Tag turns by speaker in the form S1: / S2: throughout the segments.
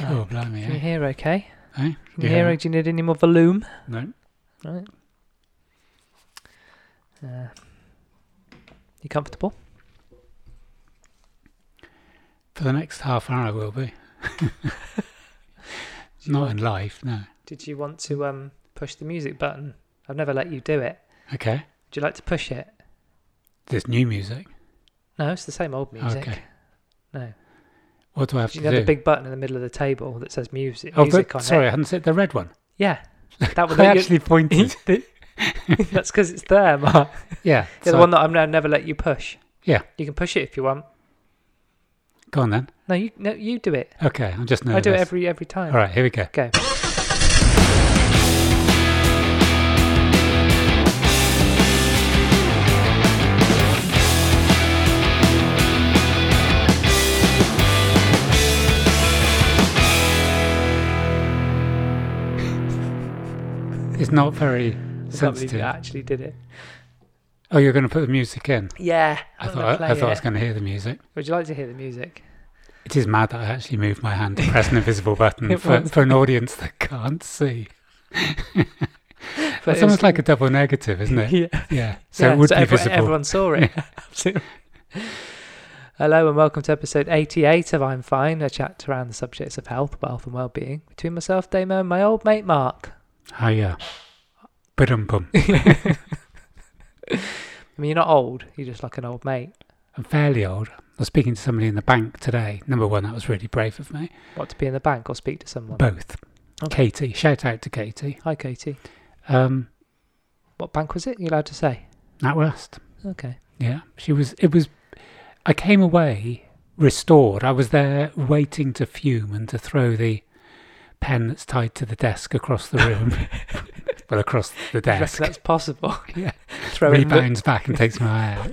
S1: Oh, blimey,
S2: Can you
S1: eh?
S2: hear okay?
S1: eh?
S2: Can
S1: Yeah.
S2: you hear? Do you need any more volume?
S1: No.
S2: Right. Uh, you comfortable?
S1: For the next half hour, I will be.
S2: Do you
S1: Not
S2: want-
S1: in live, no.
S2: Did you want to um, push the music button? I've never let you do it.
S1: Okay.
S2: Would you like to push it?
S1: There's new music.
S2: No, it's the same old music.
S1: Okay.
S2: No.
S1: What do I have
S2: You
S1: to
S2: know
S1: do?
S2: the big button in the middle of the table that says music.
S1: oh,
S2: music
S1: but,
S2: on
S1: sorry, I
S2: It.
S1: hadn't said the red one.
S2: Yeah. That one.
S1: I
S2: that you-
S1: actually pointed.
S2: that's because it's there, Mark.
S1: yeah.
S2: Yeah,
S1: so-
S2: the one that I'm, I never let you push.
S1: Yeah.
S2: You can push it if you want.
S1: Go on then.
S2: No, you no, you do it.
S1: Okay, I'm just nervous.
S2: I do it every every time.
S1: All right, here we go.
S2: Go.
S1: It's not very
S2: I can't believe you
S1: sensitive.
S2: actually did it.
S1: Oh, you're going to put the music in.
S2: Yeah.
S1: I
S2: I'm
S1: thought
S2: gonna
S1: I,
S2: play
S1: I thought I was
S2: it.
S1: going to hear the music.
S2: Would you like to hear the music?
S1: It is mad that I actually moved my hand to press an invisible button
S2: It
S1: for,
S2: was.
S1: for an audience that can't see.
S2: But
S1: It's
S2: it was-
S1: almost like a double negative, isn't it?
S2: yeah.
S1: Yeah. So
S2: Yeah,
S1: it would be
S2: everyone,
S1: visible.
S2: everyone saw it. Absolutely. Hello and welcome to episode 88 of I'm Fine, a chat around the subjects of health, wealth, and well-being between myself, Damo, and my old mate Mark.
S1: Oh yeah. Bum bum.
S2: I mean, you're not old; you're just like an old mate.
S1: I'm fairly old. I was speaking to somebody in the bank today. Number one, that was really brave of me.
S2: What to be in the bank or speak to someone?
S1: Both.
S2: Okay.
S1: Katie, shout out to Katie.
S2: Hi, Katie.
S1: Um,
S2: What bank was it? You're allowed to say.
S1: NatWest.
S2: Okay.
S1: Yeah, she was. It was. I came away restored. I was there waiting to fume and to throw the pen that's tied to the desk across the room. well, across the
S2: Do you reckon
S1: desk.
S2: That's possible.
S1: Yeah.
S2: Throwing the-
S1: Rebounds back and takes my eye out.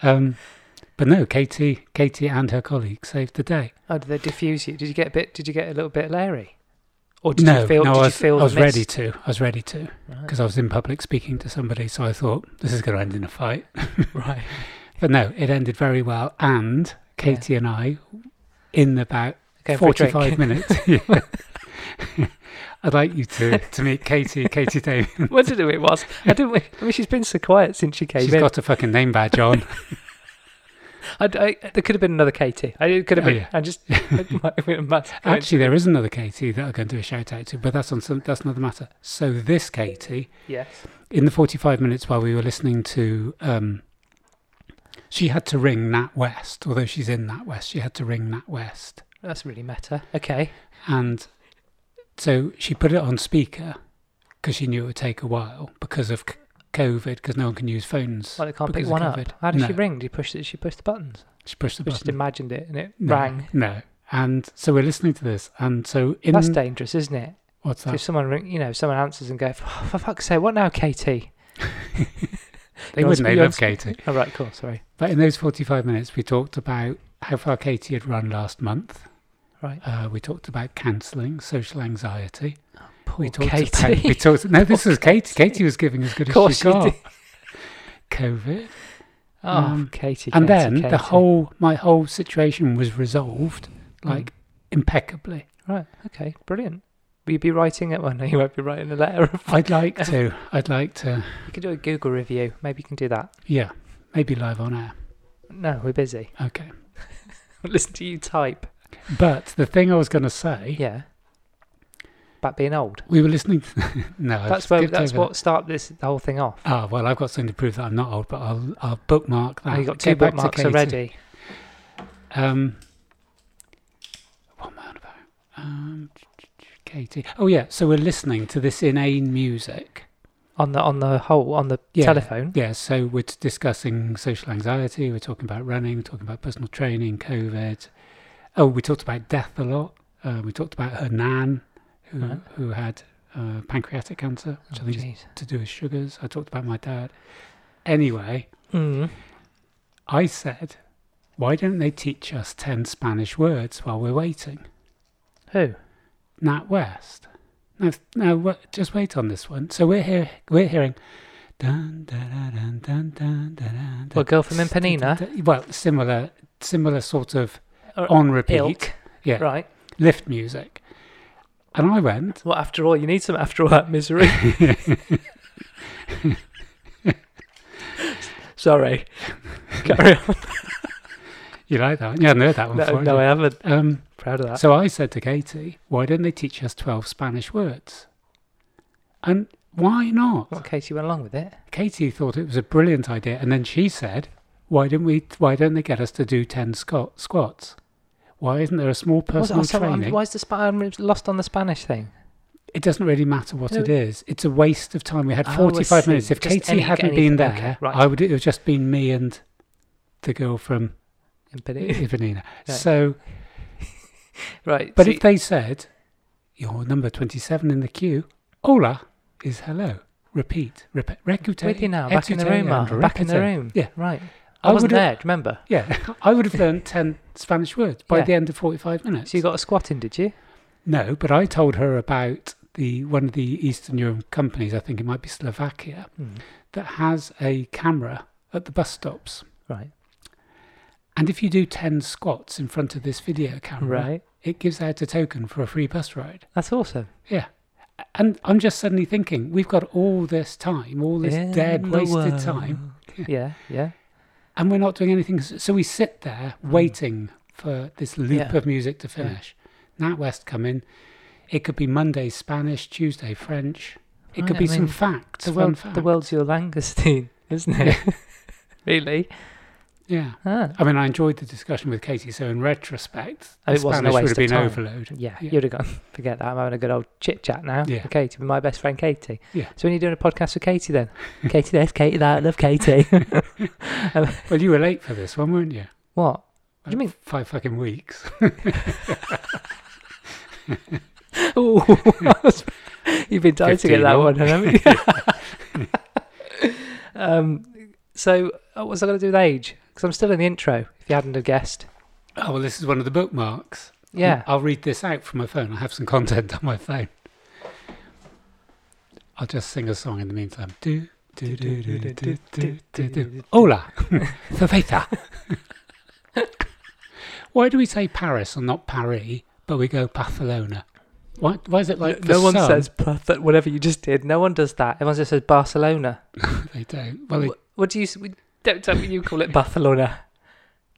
S1: Um, but no, Katie, Katie and her colleague saved the day.
S2: Oh, did they diffuse you? Did you get a bit? Did you get a little bit leery? Or did
S1: no,
S2: you feel?
S1: no,
S2: did
S1: I
S2: you
S1: was,
S2: feel
S1: I was
S2: the mist?
S1: ready to. I was ready to
S2: Right.
S1: because I was in public speaking to somebody, so I thought this is going to end in a fight.
S2: right.
S1: But no, it ended very well. And Katie and I, in about
S2: Going for a drink.
S1: 45 minutes. Yeah. I'd like you to, to meet Katie, Katie Davies.
S2: what did it was? I didn't. I mean, she's been so quiet since she came
S1: She's
S2: in.
S1: got a fucking name badge on.
S2: I, I- there could have been another Katie. I, it could have
S1: Oh,
S2: been.
S1: yeah.
S2: I just. it might have been a mad-
S1: Actually, there is another Katie that I'm going to do a shout out to, but that's on some, that's another matter. So this Katie,
S2: yes.
S1: in the 45 minutes while we were listening to, um, she had to ring Nat West, although she's in Nat West. She had to ring Nat West,
S2: That's really meta. Okay.
S1: and so she put it on speaker because she knew it would take a while because of c- COVID, because no one can use phones.
S2: Well, they can't
S1: because
S2: pick
S1: of
S2: one up.
S1: COVID.
S2: How did
S1: No.
S2: she ring? Did you push? Did she push the buttons?
S1: She pushed the
S2: I just
S1: button.
S2: imagined it and it
S1: No,
S2: rang.
S1: No. And so we're listening to this, and so in
S2: That's dangerous, isn't it?
S1: what's
S2: So if
S1: that?
S2: someone, ring, you know, someone answers and goes, oh, for fuck's sake, what now, Katie?
S1: They
S2: you're on
S1: wouldn't. They
S2: sp- you're on
S1: love
S2: sp-
S1: Katie.
S2: All right, cool. Sorry.
S1: But in those forty-five minutes, we talked about how far Katie had run last month.
S2: Right.
S1: Uh, we talked about cancelling, social anxiety.
S2: Poor
S1: We talked
S2: Katie.
S1: about. We talked. No, this was Katie. Katie was giving as good
S2: Of
S1: as
S2: course
S1: she
S2: you
S1: got.
S2: did.
S1: COVID.
S2: Oh,
S1: Um,
S2: Katie.
S1: and
S2: Katie,
S1: then
S2: Katie.
S1: the whole my whole situation was resolved
S2: Mm.
S1: like impeccably.
S2: Right. Okay. Brilliant. Will you be writing it? Well, no, you won't be writing a letter.
S1: I'd like to. I'd like to.
S2: you can do a Google review. Maybe you can do that.
S1: Yeah, maybe live on air.
S2: No, we're busy.
S1: Okay.
S2: Listen to you type.
S1: But the thing I was going to say,
S2: Yeah. About being old.
S1: we were listening. To, no, I've
S2: that's where.
S1: skipped
S2: That's
S1: over
S2: what started this the whole thing off.
S1: that. Ah, well, I've got something to prove that I'm not old, but I'll I'll bookmark that.
S2: Now you got two
S1: Get back to
S2: bookmarks
S1: Katie.
S2: already.
S1: Um, what am I on about? Um, Katie. Oh yeah. So we're listening to this inane music.
S2: On the on the whole on the
S1: Yeah.
S2: telephone.
S1: Yeah. So we're t- discussing social anxiety. We're talking about running. We're talking about personal training, COVID. Oh, we talked about death a lot. Uh, we talked about her nan, who
S2: Right.
S1: who had uh, pancreatic cancer, which I
S2: Oh,
S1: think is
S2: jeez.
S1: to do with sugars. I talked about my dad. Anyway,
S2: Mm.
S1: I said, why don't they teach us 10 Spanish words while we're waiting?
S2: Who?
S1: Nat West. Now, now wa- just wait on this one. So we're here, we're hearing. Dun, dun, dun, dun, dun, dun, dun,
S2: What girl from Impanina?
S1: Well, similar, similar sort of
S2: Or
S1: on repeat.
S2: Ilk.
S1: Yeah.
S2: Right.
S1: lift music. And I went,
S2: Well, after all, you need some after all that misery. Sorry. Carry on.
S1: you like that one? Yeah, I know that one
S2: No,
S1: for
S2: no, I Uh.
S1: you.
S2: haven't.
S1: Um,
S2: Proud of that.
S1: so I said to Katie, why don't they teach us 12 Spanish words? And why not?
S2: What case you went along with it?
S1: Katie thought it was a brilliant idea, and then she said, "Why didn't we? Why don't they get us to do ten squat, squats? Why isn't there a small
S2: What's-
S1: personal
S2: I'm oh, sorry, I'm-
S1: training?
S2: Why is the Spa- I'm lost on the Spanish thing?
S1: it doesn't really matter what
S2: No.
S1: it is. It's a waste of time. We had
S2: Oh, I
S1: forty-five
S2: see.
S1: minutes. If
S2: Just
S1: Katie
S2: any-
S1: hadn't
S2: anything.
S1: been there,
S2: Okay, right.
S1: I would. It would have just been me and the girl from
S2: And put it-
S1: Ivanina.
S2: Right.
S1: So,
S2: right.
S1: but
S2: so
S1: if they said, "You're number twenty-seven in the queue," hola is hello. Repeat, repeat, recute,
S2: with you now, back in the
S1: etute,
S2: room,
S1: and
S2: Mark. Back in the
S1: repete.
S2: room.
S1: Yeah.
S2: Right. I, wasn't
S1: would've-
S2: there. Do you remember?
S1: Yeah, I would have learned 10 Spanish words by
S2: Yeah.
S1: the end of 45 minutes.
S2: So you got a squat in, did you?
S1: no, but I told her about the one of the Eastern Europe companies, I think it might be Slovakia,
S2: Hmm.
S1: that has a camera at the bus stops.
S2: Right.
S1: And if you do 10 squats in front of this video camera,
S2: Right.
S1: it gives out a token for a free bus ride.
S2: That's awesome.
S1: Yeah. And I'm just suddenly thinking, we've got all this time, all this
S2: In
S1: dead,
S2: the
S1: wasted
S2: world.
S1: time,
S2: Yeah. Yeah.
S1: and we're not doing anything. S- So we sit there waiting for this loop
S2: Hmm. Yeah.
S1: of music to finish. NatWest come in. It could be Monday Spanish, Tuesday French. It could be
S2: Right, I
S1: some
S2: mean,
S1: facts.
S2: The
S1: fun
S2: world,
S1: facts.
S2: the world's your langoustine, isn't it? really?
S1: Yeah.
S2: Ah.
S1: I mean, I enjoyed the discussion with Katie. So in retrospect,
S2: And
S1: the
S2: Oh, it wasn't a
S1: Spanish would
S2: waste
S1: have
S2: of
S1: been
S2: time.
S1: overload.
S2: Yeah,
S1: Yeah.
S2: you'd have gone. Forget that. I'm having a good old chit chat now.
S1: Yeah.
S2: with Katie, with my best friend Katie.
S1: Yeah.
S2: So when you're doing a podcast with Katie, then Katie this, Katie that. I love Katie.
S1: Well, you were late for this one, weren't you?
S2: what? do you
S1: About
S2: mean?
S1: five fucking weeks?
S2: Ooh, you've been dying to
S1: 15
S2: get that
S1: more.
S2: one, haven't you? um, so oh, what's I going to do with age? Because I'm still in the intro. If you hadn't have guessed,
S1: oh well, this is one of the bookmarks.
S2: yeah.
S1: I'll read this out from my phone. I have some content on my phone. I'll just sing a song in the meantime. Do, do, do, do, do, do, do, do, do. Hola, cerveza. Why do we say Paris and not Paris, but we go Barcelona? Why, why is it like
S2: no
S1: for
S2: one
S1: some,
S2: says Perth, that- whatever you just did. No one does that. Everyone just says Barcelona.
S1: they don't? Well, they,
S2: Wh- what do you s- we- don't tell me you call it Barcelona?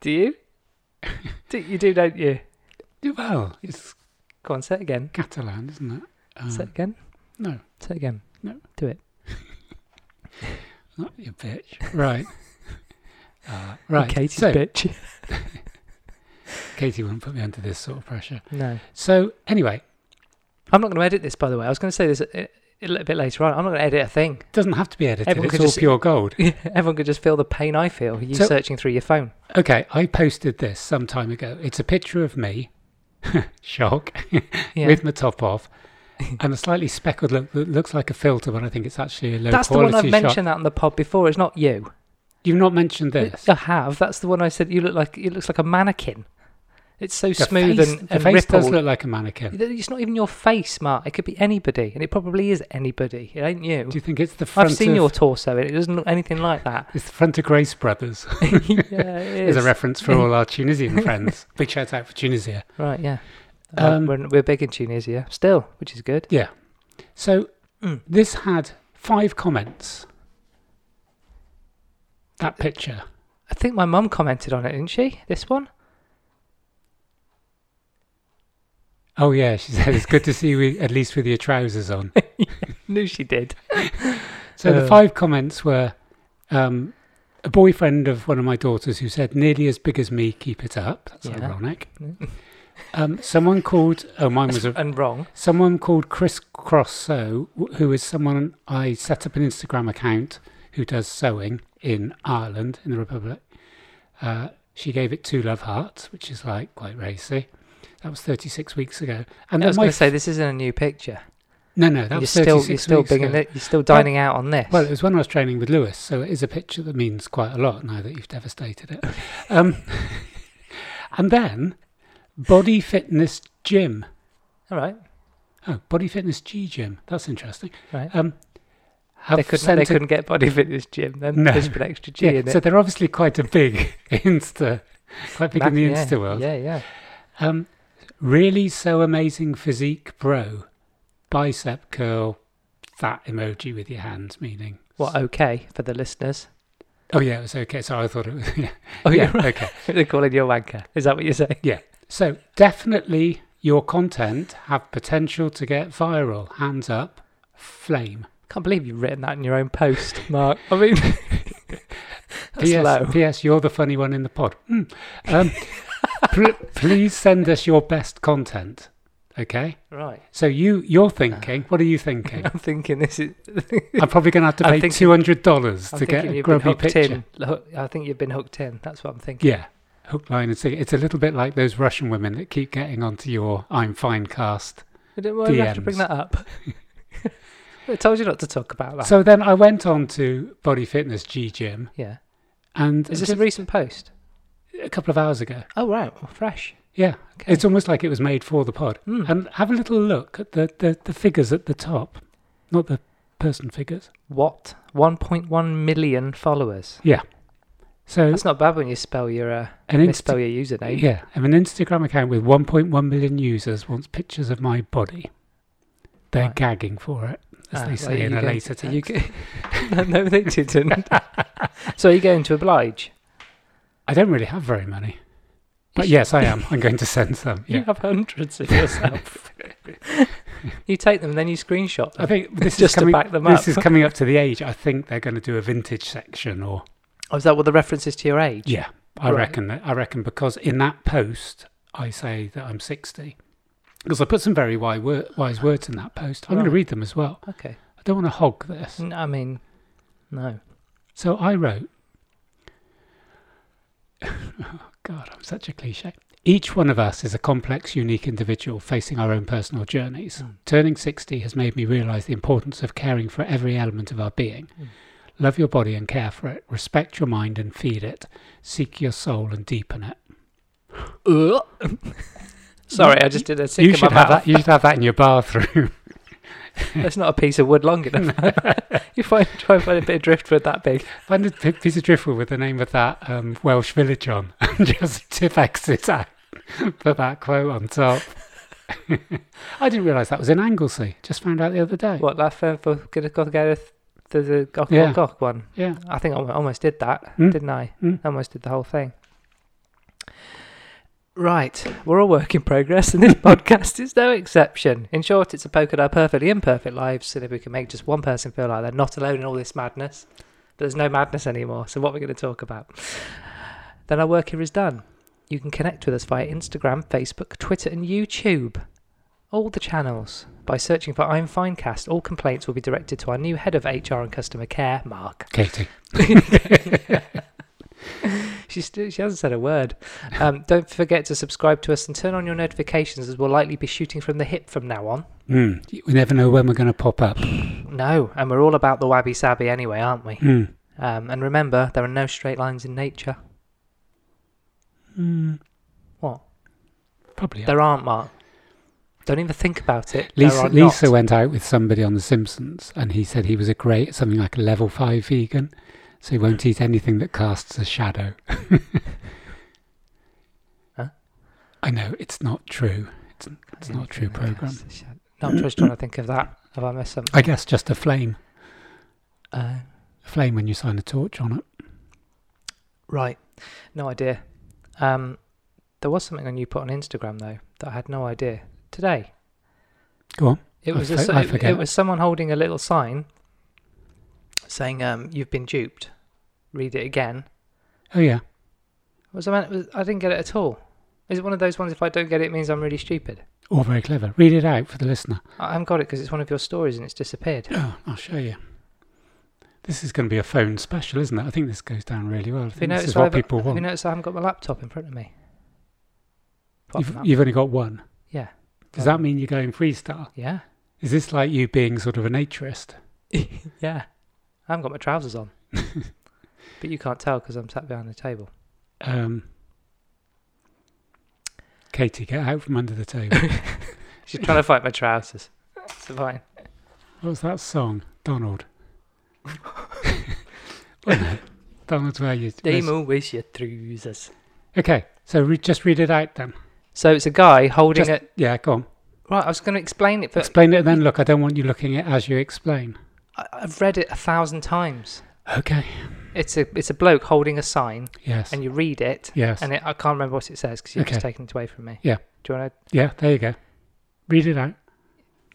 S2: Do you? do, you do, don't you?
S1: well, it's
S2: Go on, say it again.
S1: Catalan, isn't it? Um,
S2: Say it again.
S1: no,
S2: Say it again.
S1: not you bitch. Right. Uh, right.
S2: Katie's
S1: so,
S2: bitch.
S1: Katie wouldn't put me under this sort of pressure.
S2: no,
S1: So, anyway,
S2: I'm not going to edit this. By the way, I was going to say this a, a little bit later on. I'm not going to edit a thing.
S1: doesn't have to be edited.
S2: Everyone
S1: it's
S2: could
S1: all
S2: just-
S1: pure gold.
S2: Everyone could just feel the pain I feel. You
S1: So-
S2: searching through your phone.
S1: Okay, I posted this some time ago. It's a picture of me, shock,
S2: Yeah,
S1: with my top off, and a slightly speckled look that looks like a filter, but I think it's actually a low
S2: that's the
S1: quality
S2: one I've
S1: shot.
S2: mentioned that on the pod before. It's not you.
S1: You've not mentioned this.
S2: I have. That's the one I said. You look like it looks like a mannequin. It's so
S1: The
S2: smooth
S1: face,
S2: and,
S1: the
S2: and
S1: face
S2: rippled.
S1: does look like a mannequin.
S2: It's not even your face, Mark. It could be anybody, and it probably is anybody. It ain't you.
S1: Do you think it's the front?
S2: I've seen
S1: of,
S2: your torso, and it doesn't look anything like that.
S1: It's the front of Grace Brothers.
S2: yeah, it
S1: There's
S2: is.
S1: a reference for all our Tunisian friends. Big shout out for Tunisia.
S2: right, yeah. Uh,
S1: Um,
S2: we're, we're big in Tunisia still, which is good.
S1: Yeah. So
S2: Mm.
S1: this had five comments. That picture.
S2: I think my mum commented on it, didn't she? This one?
S1: Oh yeah, she said it's good to see you at least with your trousers on.
S2: Knew she did.
S1: So
S2: Uh.
S1: the five comments were um, a boyfriend of one of my daughters who said, "Nearly as big as me, keep it up." That's
S2: Yeah.
S1: ironic.
S2: Mm.
S1: Um, someone called. Oh, mine was a,
S2: and wrong.
S1: someone called Chris Cross Sew, wh- who is someone I set up an Instagram account who does sewing in Ireland in the Republic. Uh, she gave it two love hearts, which is like quite racy. That was 36 weeks ago, and
S2: I was
S1: then my
S2: going to say this isn't a new picture.
S1: no, no, that
S2: You're
S1: was
S2: still
S1: 36
S2: you're still
S1: weeks
S2: big
S1: ago.
S2: in it. You're still dining out on this.
S1: Well, it was when I was training with Lewis, so it is a picture that means quite a lot now that you've devastated it. Um, and then Body Fitness Gym.
S2: all right.
S1: Oh, Body Fitness G Gym. That's interesting.
S2: Right.
S1: Um, have
S2: They couldn't,
S1: sent
S2: they
S1: a-
S2: couldn't get body fitness gym. Then
S1: No.
S2: there's an extra G
S1: yeah,
S2: in it.
S1: so they're obviously quite a big Insta, quite big
S2: Back-
S1: in the
S2: yeah,
S1: Insta world.
S2: Yeah, yeah.
S1: Um, Really so amazing physique, bro. Bicep curl, fat emoji with your hands, meaning.
S2: Well, okay for the listeners.
S1: Oh, yeah, it was okay. So I thought it was. Yeah,
S2: Oh,
S1: yeah
S2: yeah, right.
S1: okay.
S2: they're calling you a wanker. Is that what you're saying?
S1: So definitely your content have potential to get viral. Hands up, flame.
S2: Can't believe you've written that in your own post, Mark. I mean, that's low.
S1: P.S. P.S. You're the funny one in the pod. Hmm. Um, pl- please send us your best content. Okay.
S2: Right.
S1: So you you're thinking. What are you thinking?
S2: I'm thinking this is.
S1: I'm probably going to have to
S2: I'm
S1: pay
S2: thinking-
S1: two hundred dollars
S2: I'm
S1: to get
S2: thinking
S1: a
S2: you've been
S1: grubby
S2: hooked
S1: picture.
S2: in. Look, I think you've been hooked in. That's what I'm thinking.
S1: Yeah. Hook, line, and sinker. It's a little bit like those Russian women that keep getting onto your "I'm fine" cast.
S2: I didn't want to have to bring
S1: DMs.
S2: that up. I told you not to talk about that.
S1: So then I went on to Body Fitness G Gym,
S2: yeah.
S1: and
S2: Is this a
S1: just
S2: recent post?
S1: a couple of hours ago.
S2: Oh, right. Well, fresh.
S1: Yeah,
S2: Okay.
S1: it's almost like it was made for the pod.
S2: Mm.
S1: And have a little look at the, the, the figures at the top, not the person figures.
S2: what? 1.1 million followers.
S1: So
S2: That's not bad when you spell your uh,
S1: an
S2: misspell
S1: Insta-
S2: your username.
S1: yeah, I have an Instagram account with 1.1 million users wants pictures of my body. They're
S2: Right.
S1: gagging for it, as
S2: Ah,
S1: they
S2: well,
S1: say
S2: are
S1: in
S2: you
S1: a
S2: going
S1: later
S2: to- are
S1: text.
S2: you go- no, they didn't. so are you going to oblige?
S1: I don't really have very many, but yes, I am. I'm going to send them.
S2: You
S1: Yeah.
S2: have hundreds of yourself. you take them, then you screenshot them.
S1: I think this
S2: Just
S1: is coming,
S2: to back them up.
S1: this is coming up to the age. I think they're going to do a vintage section or
S2: Oh, is that what the reference is to your age?
S1: Yeah, I
S2: Right.
S1: reckon that. I reckon because in that post, I say that I'm 60. Because I put some very wise, wor- wise words in that post. I'm going
S2: Right.
S1: to read them as well.
S2: Okay. Mm.
S1: I don't want to hog this.
S2: N- I mean, no.
S1: So I wrote, oh God, I'm such a cliche. Each one of us is a complex, unique individual facing our own personal journeys.
S2: Mm.
S1: Turning 60 has made me realize the importance of caring for every element of our being.
S2: Mm.
S1: Love your body and care for it. Respect your mind and feed it. Seek your soul and deepen it.
S2: Sorry, I just did a sick
S1: you
S2: in my
S1: should have
S2: mouth.
S1: that. You should have that in your bathroom.
S2: That's not a piece of wood long enough. you find try and find a bit of driftwood that big.
S1: Find a pi- piece of driftwood with the name of that um, Welsh village on, and just tip exit out. Put that quote on top. I didn't realise that was in Anglesey. Just found out the other day.
S2: What that firm for gonna go go to the Gok
S1: Yeah.
S2: Gok one?
S1: Yeah.
S2: I think I almo- almost did that,
S1: Mm.
S2: didn't I?
S1: Mm.
S2: I almost did the whole thing. Right, we're all work in progress, and this podcast is no exception. In short, it's a poke at our perfectly imperfect lives so that we can make just one person feel like they're not alone in all this madness. But there's no madness anymore, so what we're going to talk about. Then our work here is done. You can connect with us via Instagram, Facebook, Twitter, and YouTube. All the channels. By searching for I'm Finecast, all complaints will be directed to our new head of HR and customer care, Mark.
S1: Katie.
S2: she still she hasn't said a word. Um, don't forget to subscribe to us and turn on your notifications, as we'll likely be shooting from the hip from now on.
S1: Mm. We never know when we're going to pop up.
S2: No, and we're all about the wabi sabi anyway, aren't we?
S1: Mm.
S2: Um, and remember, there are no straight lines in nature.
S1: Mm.
S2: What?
S1: Probably.
S2: There aren't, Mark. Don't even think about it. there
S1: Lisa,
S2: are
S1: Lisa
S2: not.
S1: went out with somebody on The Simpsons, and he said he was a great, something like a level five vegan, so he won't eat anything that casts a shadow.
S2: Huh?
S1: I know it's not true. It's, it's not true program.
S2: No, I'm just trying to think of that. Have I missed something?
S1: I guess just a flame,
S2: Uh,
S1: a flame when you sign a torch on it.
S2: Right. No idea. Um, there was something on you put on Instagram though that I had no idea today.
S1: Go on.
S2: It
S1: I
S2: was a
S1: fo-
S2: so-
S1: I
S2: it- it,
S1: forget.
S2: was someone holding a little sign saying um, "You've been duped." Read it again.
S1: Oh yeah,
S2: Was I? meant- Was, I didn't get it at all. Is it one of those ones? If I don't get it, it means I'm really stupid.
S1: all very clever. Read it out for the listener.
S2: I haven't got it because it's one of your stories and it's disappeared.
S1: Oh, I'll show you. This is going to be a phone special, isn't it? I think this goes down really well. I
S2: Have you
S1: think this is
S2: I
S1: what
S2: haven't-
S1: people
S2: Have you
S1: want.
S2: noticed I haven't got my laptop in front of me? Apart
S1: You've,
S2: from that-
S1: you've only got one.
S2: yeah.
S1: Does that mean you're going freestyle?
S2: Yeah.
S1: Is this like you being sort of a naturist?
S2: Yeah. I haven't got my trousers on. but you can't tell because I'm sat behind the table.
S1: Um, Katie, get out from under the table.
S2: She's trying to find my trousers. It's fine.
S1: what was that song? Donald. Wasn't it? Donald, where you? where's-
S2: Demo wish your trousers.
S1: Okay, so re- just read it out then.
S2: So it's a guy holding
S1: Just-
S2: it.
S1: Yeah, go on.
S2: Right, I was going to explain it, but
S1: Explain it and then look. I don't want you looking at it as you explain.
S2: I, I've read it a thousand times.
S1: Okay.
S2: It's a it's a bloke holding a sign,
S1: Yes.
S2: and you read it,
S1: yes.
S2: and it, I can't remember what it says because you've just
S1: Okay.
S2: taken it away from me.
S1: Yeah.
S2: Do you want to
S1: yeah, there you go. Read it out.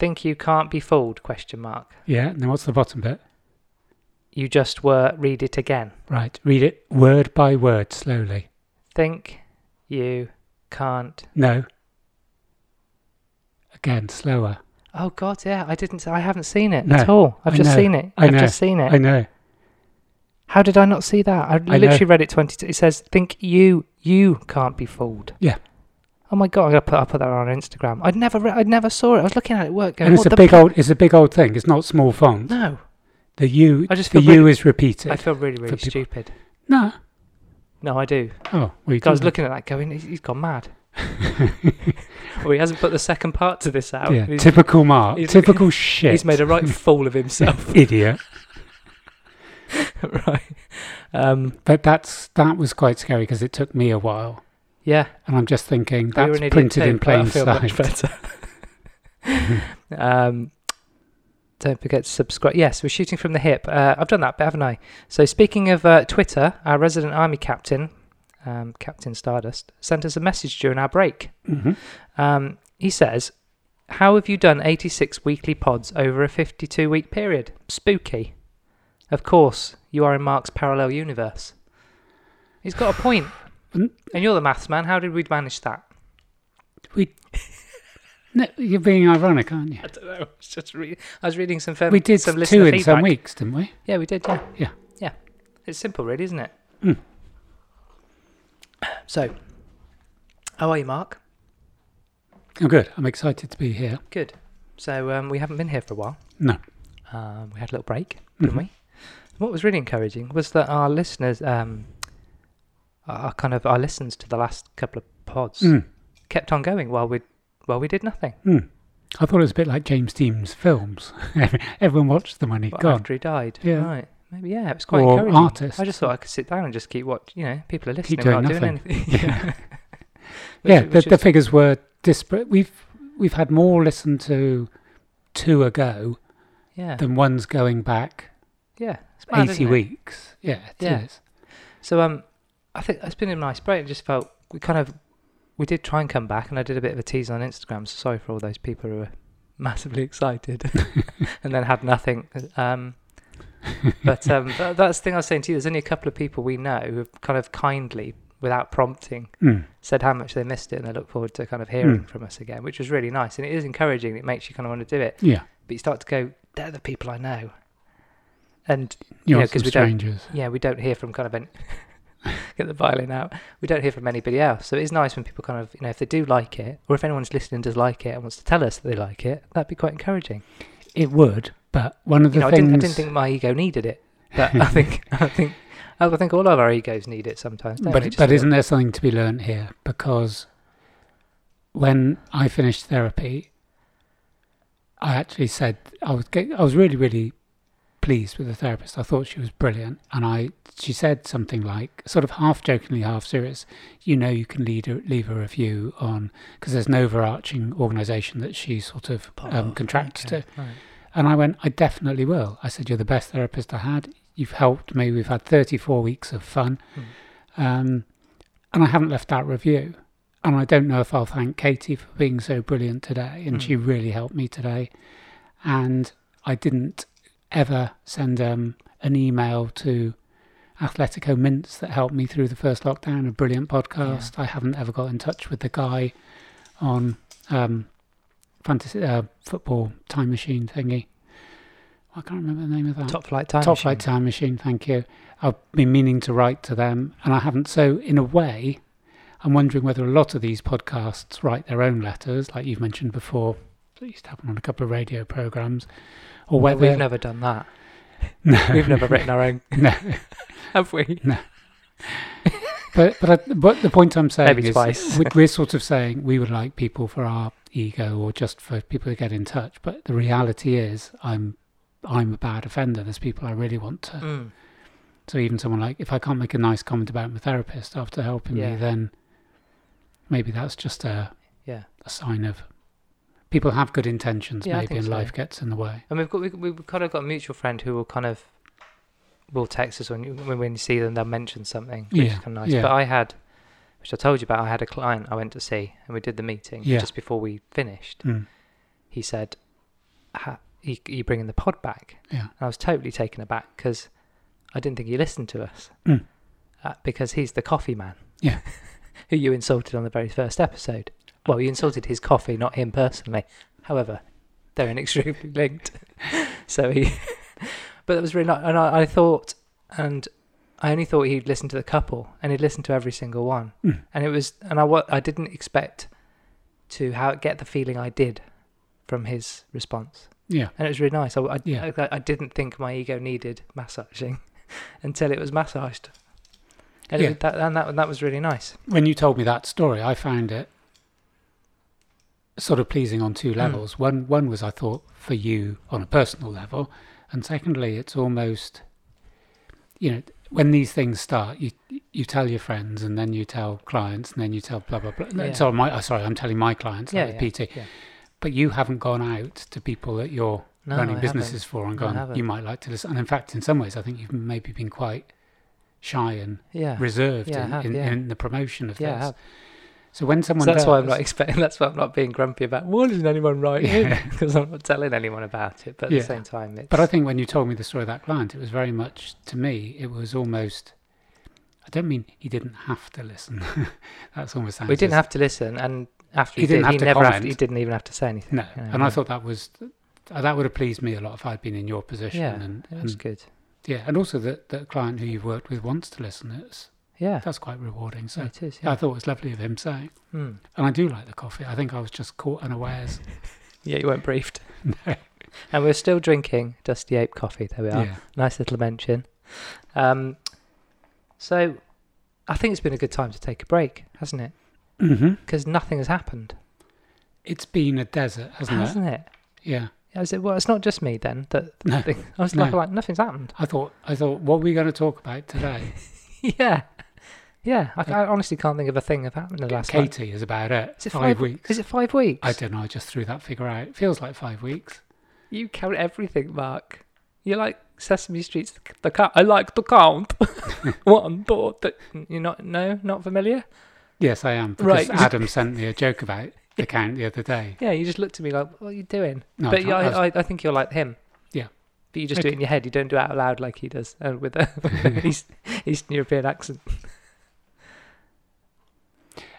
S2: think you can't be fooled? Question mark.
S1: Yeah. Now, what's the bottom bit?
S2: You just were. Read it again.
S1: Right. Read it word by word slowly.
S2: Think you can't.
S1: No. Again, slower.
S2: Oh God, yeah. I didn't. I haven't seen it
S1: No,
S2: at all. I've
S1: I
S2: just
S1: know,
S2: seen it.
S1: I
S2: have
S1: know,
S2: just seen it.
S1: I know.
S2: How did I not see that? I,
S1: know.
S2: literally read it 22. It says, think you, you can't be fooled.
S1: Yeah.
S2: Oh my God, I'm going to put, I'll put that on Instagram. I'd never, re- I'd never saw it. I was looking at it at work going,
S1: And it's
S2: what
S1: a
S2: the
S1: big
S2: pl-
S1: old. It's a big old thing. It's not small font.
S2: No.
S1: The U.
S2: I just
S1: the
S2: feel
S1: U
S2: really-
S1: is repeated.
S2: I feel really, really
S1: people.
S2: stupid.
S1: no.
S2: No, I do.
S1: Oh, well, you
S2: 'Cause I was
S1: didn't.
S2: looking at that going, he's, he's gone mad. well, he hasn't put the second part to this out.
S1: Yeah,
S2: he's,
S1: typical Mark.
S2: he's-
S1: typical shit.
S2: he's made a right fool of himself.
S1: idiot.
S2: right. Um,
S1: But that's that was quite scary because it took me a while,
S2: yeah.
S1: and I'm just thinking
S2: Oh, You're
S1: that's
S2: an idiot
S1: printed in
S2: too, but I
S1: plain
S2: feel
S1: sight.
S2: much better. um, don't forget to subscribe. Yes, we're shooting from the hip. Uh, I've done that, but haven't I? So speaking of uh, Twitter, our resident army captain, um, Captain Stardust, sent us a message during our break.
S1: Mhm.
S2: Um, he says, "How have you done 86 weekly pods over a 52-week period? Spooky. Of course, you are in Mark's parallel universe. He's got a point."
S1: Mm.
S2: And you're the maths man. How did we manage that?
S1: No, you're being ironic, aren't you?
S2: I don't know. I was just reading. I was reading some. Fem-
S1: We did
S2: some
S1: two in
S2: listener feedback.
S1: some weeks, didn't we?
S2: Yeah, we did. Yeah.
S1: Yeah.
S2: Yeah. It's simple, really, isn't it?
S1: Hmm.
S2: So, how are you, Mark?
S1: I'm Oh, good. I'm excited to be here.
S2: Good. So um, we haven't been here for a while.
S1: No.
S2: Um, we had a little break,
S1: Mm-hmm.
S2: didn't we? What was really encouraging was that our listeners, um, our our kind of our listens to the last couple of pods,
S1: Mm,
S2: kept on going while we while we did nothing.
S1: mm. I thought it was a bit like James Dean's films. Everyone watched them when he
S2: But
S1: gone.
S2: after he died,
S1: Yeah.
S2: right? Maybe yeah. It was quite
S1: Or
S2: encouraging.
S1: artists.
S2: I just thought I could sit down and just keep watch. You know, people are listening.
S1: Keep doing
S2: we're not
S1: nothing.
S2: doing anything.
S1: Yeah,
S2: Which-
S1: yeah.
S2: which
S1: the, the
S2: is-
S1: figures were disparate. We've we've had more listened to two ago
S2: yeah,
S1: than ones going back
S2: yeah. It's mad, isn't
S1: eighty
S2: it?
S1: weeks. Yeah, it
S2: Yeah.
S1: is.
S2: So um, I think it's been a nice break. I just felt we kind of we did try and come back, and I did a bit of a tease on Instagram. So sorry for all those people who were massively excited and then had nothing. Um, but um, tha- that's the thing I was saying to you. There's only a couple of people we know who have kind of kindly, without prompting,
S1: Mm.
S2: said how much they missed it, and they look forward to kind of
S1: Hmm.
S2: hearing from us again, which was really nice, and it is encouraging. It makes you kind of want to do it.
S1: Yeah,
S2: But you start to go, they're the people I know, and
S1: you
S2: Yeah,
S1: are
S2: 'cause
S1: some
S2: we don't-
S1: strangers.
S2: yeah, we don't hear from kind of any, get the violin out. We don't hear from anybody else, so it's nice when people kind of you know if they do like it, or if anyone's listening does like it and wants to tell us that they like it, that'd be quite encouraging.
S1: It would, but one of the
S2: You know, I
S1: things
S2: didn't, I didn't think my ego needed it, but I think I think I think all of our egos need it sometimes. Don't they?
S1: But
S2: Just
S1: but
S2: a
S1: isn't there something to be learned here? Because when I finished therapy, I actually said I was get, I was really really pleased with the therapist. I thought she was brilliant, and I she said something like sort of half jokingly, half serious. You know, you can lead a, leave a review on because there's an overarching organisation that she sort of
S2: little part
S1: um,
S2: of-
S1: contracts to.
S2: okay, right.
S1: And I went, I definitely will. I said, You're the best therapist I had. You've helped me. We've had 34 weeks of fun. Um, and I haven't left that review. And I don't know if I'll thank Katie for being so brilliant today. And
S2: Mm.
S1: she really helped me today. And I didn't ever send um, an email to Atletico Mints that helped me through the first lockdown, a brilliant podcast. I haven't ever got in touch with the guy on um, fantasy uh, football time machine thingy. I can't remember the name of that.
S2: Top flight time.
S1: Top
S2: machine.
S1: Flight Time Machine, thank you. I've been meaning to write to them and I haven't. So, in a way, I'm wondering whether a lot of these podcasts write their own letters, like you've mentioned before. That used to happen on a couple of radio programs, or
S2: Well,
S1: whether
S2: we've never done that. We've never written our own,
S1: no,
S2: have we?
S1: but but I, but the point I'm saying
S2: Maybe
S1: is
S2: twice.
S1: we- we're sort of saying we would like people for our ego or just for people to get in touch. But the reality is, I'm I'm a bad offender. There's people I really want to
S2: Mm.
S1: So even someone like, if I can't make a nice comment about my therapist after helping
S2: Yeah.
S1: me, then Maybe that's just a,
S2: Yeah.
S1: a sign of people have good intentions,
S2: Yeah, I
S1: maybe,
S2: think
S1: and
S2: so.
S1: life gets in the way.
S2: And we've got we, we've kind of got a mutual friend who will kind of will text us when you, when when you see them they'll mention something which is
S1: Yeah,
S2: kind of nice.
S1: yeah.
S2: But I had, which I told you about, I had a client I went to see and we did the meeting
S1: Yeah.
S2: just before we finished.
S1: Mm.
S2: He said, ha, "You you bringing the pod back?"
S1: Yeah.
S2: And I was totally taken aback because I didn't think he listened to us
S1: Mm.
S2: uh, because he's the coffee man.
S1: Yeah.
S2: who you insulted on the very first episode. Well, you insulted his coffee, not him personally. However, they're inextricably linked. so he, but that was really nice. And I, I thought, and I only thought he'd listen to the couple, and he'd listen to every single one.
S1: Mm.
S2: And it was, and I wa- I didn't expect to how get the feeling I did from his response
S1: Yeah.
S2: and it was really nice. I, I,
S1: Yeah.
S2: I, I didn't think my ego needed massaging until it was massaged, and, it
S1: Yeah.
S2: was- that, and that that was really nice.
S1: When you told me that story, I found it sort of pleasing on
S2: Hmm.
S1: two levels. One, one was I thought for you on a personal level, and secondly, it's almost, you know, when these things start, you you tell your friends, and then you tell clients, and then you tell blah blah blah.
S2: Yeah.
S1: So my, oh, sorry, I'm telling my clients,
S2: Yeah,
S1: yeah,
S2: yeah,
S1: PT,
S2: yeah.
S1: but you haven't gone out to people that you're
S2: No,
S1: running
S2: I
S1: businesses for and
S2: No, I
S1: gone,
S2: haven't.
S1: you might like to listen. And in fact, in some ways, I think you've maybe been quite shy and
S2: Yeah,
S1: reserved
S2: Yeah, I
S1: in,
S2: have,
S1: in,
S2: yeah.
S1: in the promotion of
S2: yeah. I
S1: this.
S2: have.
S1: So when
S2: So
S1: someone
S2: that's
S1: does,
S2: why I'm not expecting. That's why I'm not being grumpy about. Why doesn't anyone write
S1: Yeah.
S2: Because I'm not telling anyone about it. But at
S1: Yeah.
S2: the same time, it's
S1: But I think when you told me the story of that client, it was very much to me. It was almost. I don't mean he didn't have to listen. That's almost.
S2: we
S1: sounds
S2: didn't
S1: as-
S2: have to listen, and after
S1: He
S2: he,
S1: didn't
S2: did,
S1: have
S2: he
S1: to
S2: never have
S1: comment.
S2: to, he didn't even have to say anything.
S1: No,
S2: you know,
S1: and
S2: yeah.
S1: I thought that was uh, that would have pleased me a lot if I'd been in your position.
S2: Yeah,
S1: and,
S2: it was
S1: and
S2: good.
S1: yeah, and also that that client who you've worked with wants to listen. It's
S2: Yeah,
S1: that's quite rewarding. So
S2: it is.
S1: I
S2: Yeah,
S1: thought it was lovely of him saying.
S2: Mm.
S1: And I do like the coffee. I think I was just caught unawares.
S2: yeah you weren't briefed.
S1: No.
S2: And we're still drinking Dusty Ape coffee. There we are.
S1: yeah,
S2: Nice little mention. Um, so I think it's been a good time to take a break, hasn't it?
S1: hmm
S2: Because nothing has happened,
S1: it's been a desert, hasn't,
S2: hasn't it?
S1: it? Yeah.
S2: I said, well, it's not just me then. That
S1: No.
S2: thing. I was
S1: No.
S2: like, like, nothing's happened.
S1: I thought I thought what are we going to talk about today?
S2: yeah, yeah. I, I honestly can't think of a thing that happened in the last. month.
S1: Katie is about it.
S2: Is it
S1: five,
S2: five-
S1: weeks.
S2: Is it five weeks?
S1: I don't know. I just threw that figure out. It feels like five weeks.
S2: You count everything, Mark. You like Sesame Street's the count. I like the count. One, two, three. You're not no, not familiar.
S1: Yes, I am. Because
S2: Right.
S1: Adam sent me a joke about the count the other day.
S2: Yeah, you just looked at me like, what are you doing?
S1: No, I
S2: but
S1: can't-
S2: yeah,
S1: I was-
S2: I, I, I think you're like him.
S1: Yeah.
S2: But you just do it in your head. You don't do it out loud like he does uh, with a East, Eastern European accent.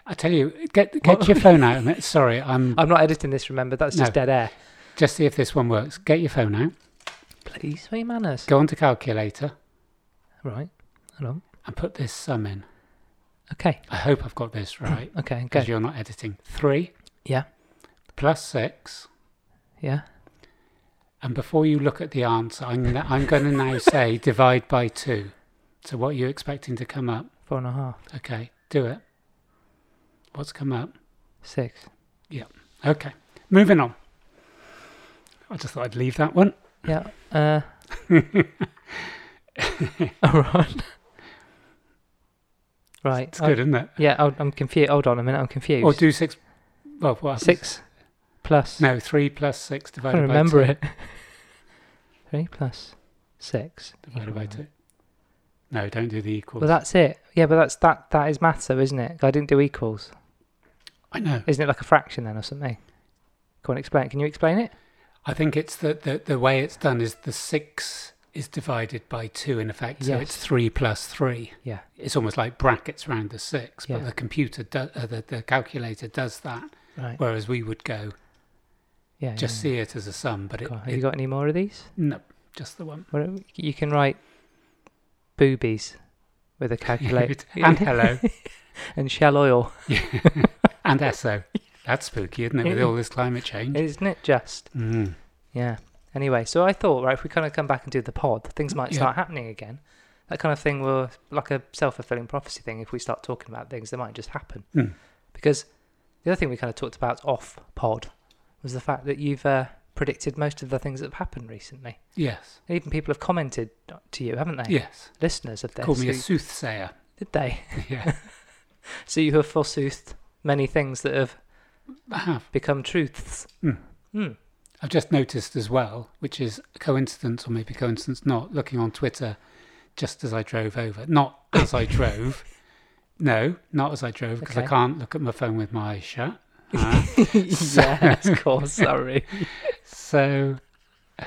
S1: I tell you, get get your phone out. a minute. Sorry, I'm
S2: I'm not editing this, remember? That's just dead air.
S1: just see if this one works. Get your phone out.
S2: Please, sweet manners.
S1: Go onto calculator
S2: Right. Hello.
S1: and put this sum in.
S2: Okay.
S1: I hope I've got this right
S2: Okay.
S1: because
S2: Go.
S1: you're not editing. Three
S2: Yeah.
S1: plus six.
S2: Yeah.
S1: And before you look at the answer, I'm gonna, I'm going to now say divide by two. So what are you expecting to come up?
S2: Four and a half.
S1: Okay, do it. What's come up?
S2: Six.
S1: Okay, moving on. I just thought I'd leave that one.
S2: Yeah. Uh. All right. Right.
S1: It's
S2: I-
S1: good, isn't it?
S2: Yeah. I'll, I'm confused. Hold on a minute. I'm confused.
S1: Or do six. Well, what? happens-
S2: Six plus.
S1: No, three plus six
S2: I
S1: divided
S2: don't
S1: by
S2: remember
S1: two.
S2: it. Three plus six.
S1: Divided by
S2: equals-
S1: two. No, don't do the equals.
S2: Well, that's it. Yeah, but that's that. That is maths, though, isn't it? I didn't do equals.
S1: I know.
S2: Isn't it like a fraction then, or something? Go on, explain. Can you explain it?
S1: I think it's the, the the way it's done is the six is divided by two in effect, so
S2: Yes.
S1: it's three plus three.
S2: Yeah.
S1: it's almost like brackets round the six,
S2: Yeah.
S1: but the computer, do, uh, the, the calculator does that,
S2: Right.
S1: whereas we would go
S2: yeah.
S1: just
S2: yeah.
S1: see it as a sum, but it,
S2: Cool. Have
S1: it-
S2: you got any more of these?
S1: no, just the one.
S2: What, you can write boobies with a calculator
S1: and hello
S2: and shell oil,
S1: and eso. That's spooky, isn't it? With all this climate change.
S2: isn't it? Just
S1: Mm.
S2: yeah. Anyway, so I thought, right, if we kind of come back and do the pod, things might
S1: Yeah.
S2: start happening again. That kind of thing will, like a self fulfilling prophecy thing, if we start talking about things, they might just happen.
S1: Hmm.
S2: Because the other thing we kind of talked about off pod was the fact that you've uh, predicted most of the things that have happened recently.
S1: Yes,
S2: And even people have commented to you, haven't they?
S1: yes.
S2: Listeners of this.
S1: Call me a
S2: who-
S1: soothsayer.
S2: did they?
S1: yeah,
S2: So you have forsooth many things that have
S1: I have.
S2: become truths.
S1: Mm.
S2: Mm.
S1: I've just noticed as well, which is coincidence or maybe coincidence not, looking on Twitter just as I drove over. Not as I drove. No, not as I drove because I
S2: Okay.
S1: can't look at my phone with my eyes shut. Ah.
S2: yes, of course. Sorry.
S1: so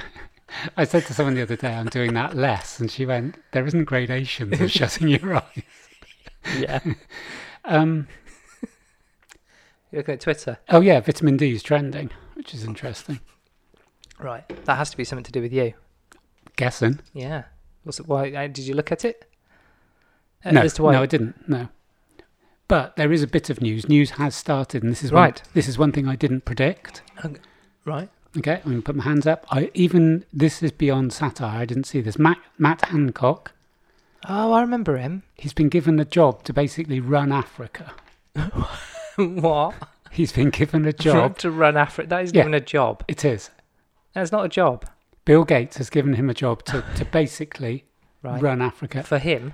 S1: I said to someone the other day, I'm doing that less. And she went, There isn't gradations of shutting your eyes.
S2: Yeah.
S1: Um,
S2: You're looking at Twitter.
S1: oh, yeah, vitamin D is trending, which is interesting.
S2: Right. That has to be something to do with you.
S1: Guessing.
S2: Yeah. Was it, why uh, did you look at it? Uh,
S1: no,
S2: as to why-
S1: no, I didn't. No, but there is a bit of news. News has started, and this is
S2: Right.
S1: One, this is one thing I didn't predict.
S2: Right.
S1: Okay, I'm going to put my hands up. I even this is beyond satire. I didn't see this. Matt Matt Hancock.
S2: Oh, I remember him.
S1: He's been given a job to basically run Africa.
S2: what?
S1: He's been given a job.
S2: to run Africa. That isn't
S1: Yeah.
S2: even a job.
S1: it is.
S2: That's not a job.
S1: Bill Gates has given him a job to, to basically
S2: Right.
S1: run Africa.
S2: For him.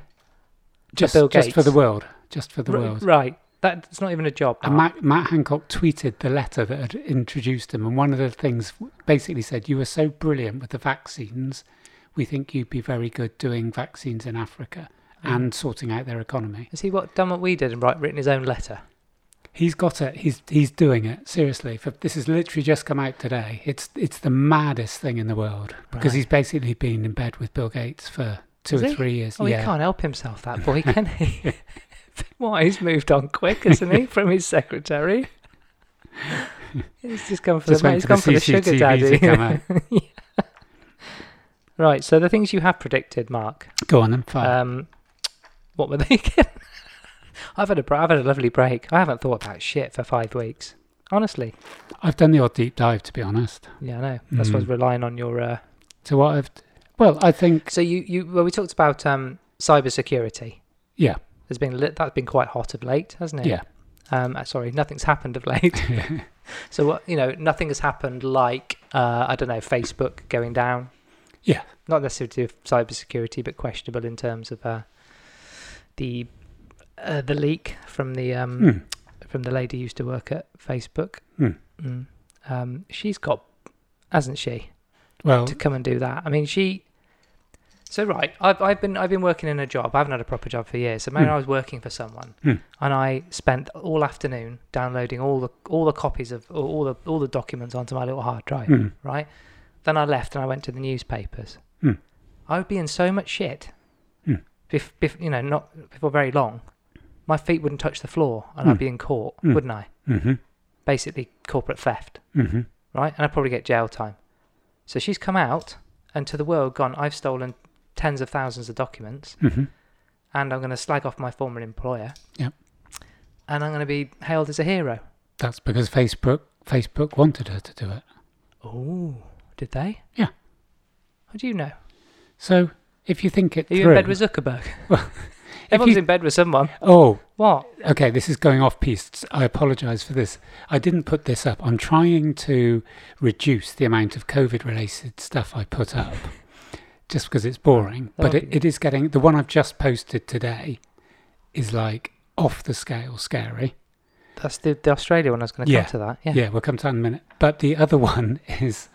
S1: Just,
S2: Bill
S1: just for
S2: Gates.
S1: the world. Just for the
S2: R-
S1: world.
S2: Right. That's not even a job.
S1: And Matt, Matt Hancock tweeted the letter that had introduced him, and one of the things basically said, "You were so brilliant with the vaccines. We think you'd be very good doing vaccines in Africa
S2: Mm.
S1: and sorting out their economy."
S2: Has he what done what we did and write, written his own letter?
S1: He's got it. He's he's doing it seriously. For, this has literally just come out today. It's it's the maddest thing in the world because
S2: Right.
S1: he's basically been in bed with Bill Gates for two
S2: Is
S1: or
S2: he?
S1: three years.
S2: Oh, he
S1: yeah,
S2: can't help himself, that boy, can he? Why he's moved on quick, isn't he, from his secretary? he's just gone for
S1: just
S2: the mate.
S1: went
S2: He's
S1: for the
S2: gone for the sugar
S1: CCTV to
S2: daddy.
S1: come out.
S2: right. So the things you have predicted, Mark.
S1: Go on, I'm fine.
S2: Um, what were they? Again? I've had a br- I've had a lovely break. I haven't thought about shit for five weeks. Honestly.
S1: I've done the odd deep dive, to be honest.
S2: Yeah, I know. That's why I was
S1: Mm.
S2: relying on your. Uh...
S1: So what I've, well, I think
S2: So you you well, we talked about um cybersecurity.
S1: yeah,
S2: There's been lit- that's been quite hot of late, hasn't it?
S1: yeah.
S2: Um, uh, sorry, nothing's happened of late. so what you know, nothing has happened like uh, I don't know, Facebook going down.
S1: Yeah.
S2: Not necessarily to do with cybersecurity, but questionable in terms of uh, the uh, the leak from the um,
S1: Mm.
S2: from the lady who used to work at Facebook.
S1: Mm.
S2: Mm. Um, she's got, hasn't she?
S1: Well,
S2: to come and do that. I mean, she. So right, I've I've been I've been working in a job. I haven't had a proper job for years. So maybe
S1: Hmm.
S2: I was working for someone,
S1: Hmm.
S2: and I spent all afternoon downloading all the all the copies of all- all the all the documents onto my little hard drive.
S1: mm,
S2: Right. Then I left and I went to the newspapers.
S1: Hmm.
S2: I would be in so much shit.
S1: Hmm.
S2: Bef, bef, you know, not before very long, my feet wouldn't touch the floor, and
S1: Hmm.
S2: I'd be in court,
S1: Hmm.
S2: wouldn't I?
S1: mhm,
S2: Basically, corporate theft
S1: mhm.
S2: right? And I'd probably get jail time. So she's come out and to the world gone, I've stolen tens of thousands of documents
S1: Mhm.
S2: and I'm going to slag off my former employer.
S1: Yep.
S2: And I'm going to be hailed as a hero.
S1: That's because Facebook Facebook wanted her to do it.
S2: Oh, did they?
S1: Yeah.
S2: How do you know?
S1: So if you think it
S2: Are you
S1: through,
S2: in bed with Zuckerberg?
S1: if
S2: Everyone's
S1: you-
S2: in bed with someone.
S1: oh,
S2: What?
S1: okay, this is going off piece. I apologise for this. I didn't put this up. I'm trying to reduce the amount of COVID-related stuff I put up, just because it's boring.
S2: That
S1: but
S2: would
S1: it,
S2: be-
S1: it is getting the one I've just posted today is like off the scale scary.
S2: That's the, the Australia one. I was going to
S1: Yeah.
S2: come to that. Yeah.
S1: Yeah, we'll come to that in a minute. But the other one is,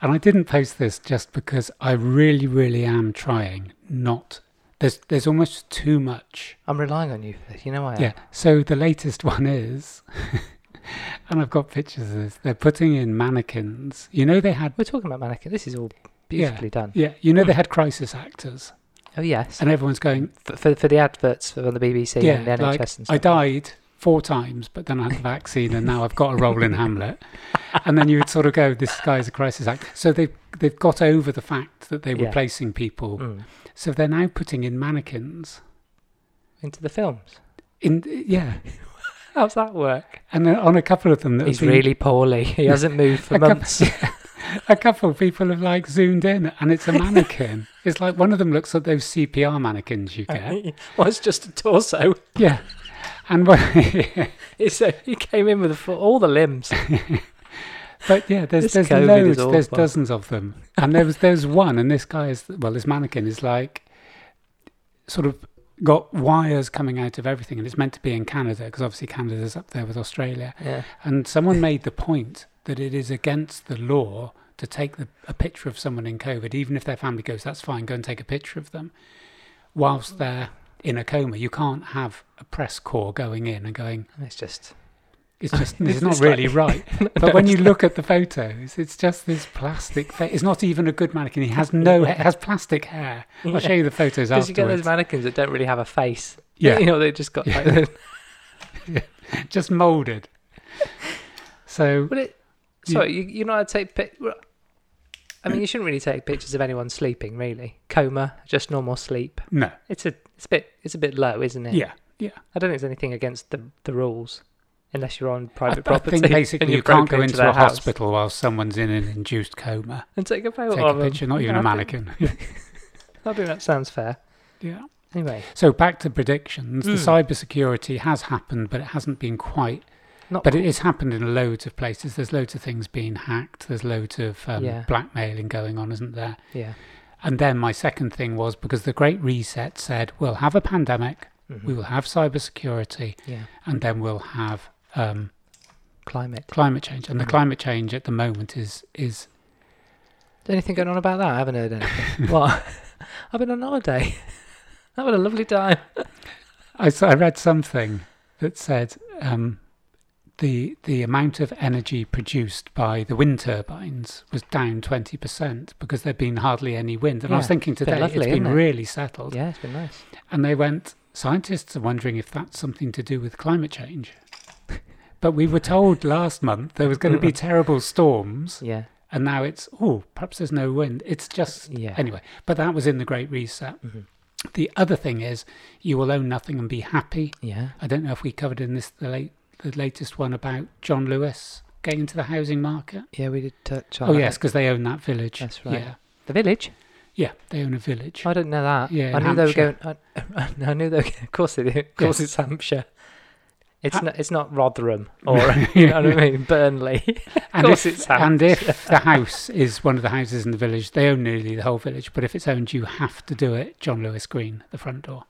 S1: and I didn't post this just because I really, really am trying not. There's there's almost too much.
S2: I'm relying on you for this. You know I am.
S1: Yeah. So the latest one is, and I've got pictures of this. They're putting in mannequins. You know they had.
S2: We're talking about mannequin. This is all
S1: Yeah.
S2: beautifully done.
S1: Yeah, you know they had crisis actors,
S2: Oh, yes.
S1: and everyone's going.
S2: For, for, for the adverts for the BBC
S1: Yeah,
S2: and the NHS
S1: like,
S2: and stuff.
S1: I died four times, but then I had the vaccine, and now I've got a role in Hamlet. And then you would sort of go, "This guy's a crisis actor." So they've they've got over the fact that they were
S2: Yeah.
S1: placing people.
S2: Mm.
S1: So they're now putting in mannequins.
S2: Into the films.
S1: In yeah,
S2: How's that work?
S1: and then on a couple of them that
S2: He's
S1: have been-
S2: really poorly. He hasn't moved for
S1: A couple-
S2: months.
S1: a couple of people have like zoomed in, and it's a mannequin. it's like one of them looks like those CPR mannequins you get.
S2: well, it's just a torso.
S1: yeah, and one-
S2: It's a, he came in with a, full- all the limbs.
S1: But yeah, there's
S2: This
S1: there's
S2: COVID is
S1: loads, there's
S2: awful.
S1: dozens of them, and there was there's one, and this guy is well, this mannequin is like sort of got wires coming out of everything, and it's meant to be in Canada because obviously Canada's up there with Australia.
S2: Yeah.
S1: And someone made the point that it is against the law to take the, a picture of someone in COVID, even if their family goes, that's fine, go and take a picture of them, whilst they're in a coma. You can't have a press corps going in and going,
S2: And It's just
S1: it's just, it's not
S2: It's like-
S1: really right. But when you look at the photos, it's just this plastic thing. It's not even a good mannequin. He has no, hair. it has plastic hair. I'll show you the photos
S2: because you get
S1: afterwards.
S2: those mannequins that don't really have a face.
S1: Yeah.
S2: you know they just got like. the-
S1: just molded. So
S2: But it.
S1: You-
S2: Sorry, you, you're not allowed to take. Pic- well, I mean, you shouldn't really take pictures of anyone sleeping, really. Coma, just normal sleep.
S1: no,
S2: It's a, it's a bit, it's a bit low, isn't it?
S1: yeah, yeah.
S2: I don't think there's anything against the the rules, unless you're on
S1: I,
S2: private
S1: I
S2: property.
S1: think basically
S2: and
S1: you can't go
S2: broke
S1: into a
S2: their house Oh,
S1: hospital while someone's in an induced coma.
S2: and take a photo
S1: Take
S2: of
S1: a
S2: 'em.
S1: picture, not even
S2: Yeah,
S1: a
S2: I think-
S1: mannequin.
S2: I think that sounds fair.
S1: yeah.
S2: Anyway,
S1: So back to predictions. The
S2: Mm.
S1: cybersecurity has happened, but it hasn't been quite.
S2: Not
S1: but it has happened in loads of places. There's loads of things being hacked. There's loads of um,
S2: Yeah.
S1: blackmailing going on, isn't there?
S2: yeah.
S1: And then my second thing was because the Great Reset said we'll have a pandemic,
S2: Mhm.
S1: we will have cybersecurity,
S2: Yeah.
S1: and then we'll have um,
S2: Climate.
S1: climate change. And the
S2: Mm.
S1: climate change at the moment is is
S2: Anything going on about that? I haven't heard anything. what? I've been on holiday. I've had a lovely time.
S1: I, s- I read something that said um, the the amount of energy produced by the wind turbines was down twenty percent because there'd been hardly any wind. And I was
S2: Yeah,
S1: thinking
S2: been
S1: today
S2: lovely,
S1: it's been
S2: isn't it?
S1: really settled.
S2: Yeah, it's been nice.
S1: And they went, scientists are wondering if that's something to do with climate change. but we were told last month there was going to be terrible storms,
S2: Yeah,
S1: and now it's oh, perhaps there's no wind. It's just
S2: yeah.
S1: anyway. But that was in the Great Reset.
S2: Mhm.
S1: The other thing is, you will own nothing and be happy.
S2: Yeah.
S1: I don't know if we covered in this the late the latest one about John Lewis getting into the housing market.
S2: Yeah, we did touch on
S1: Oh
S2: that.
S1: yes, because they own that village.
S2: That's right.
S1: Yeah,
S2: The village?
S1: yeah, they own a village.
S2: I didn't know that.
S1: Yeah,
S2: I
S1: in
S2: knew they were going. I, I knew they were. Of course they do. Of course
S1: Yes.
S2: it's Hampshire. It's
S1: Ha-
S2: not. It's not Rotherham or you know what I mean. Burnley.
S1: and
S2: course
S1: if,
S2: it's
S1: and if the house is one of the houses in the village, they own nearly the whole village. But if it's owned, you have to do it. John Lewis Green, the front door.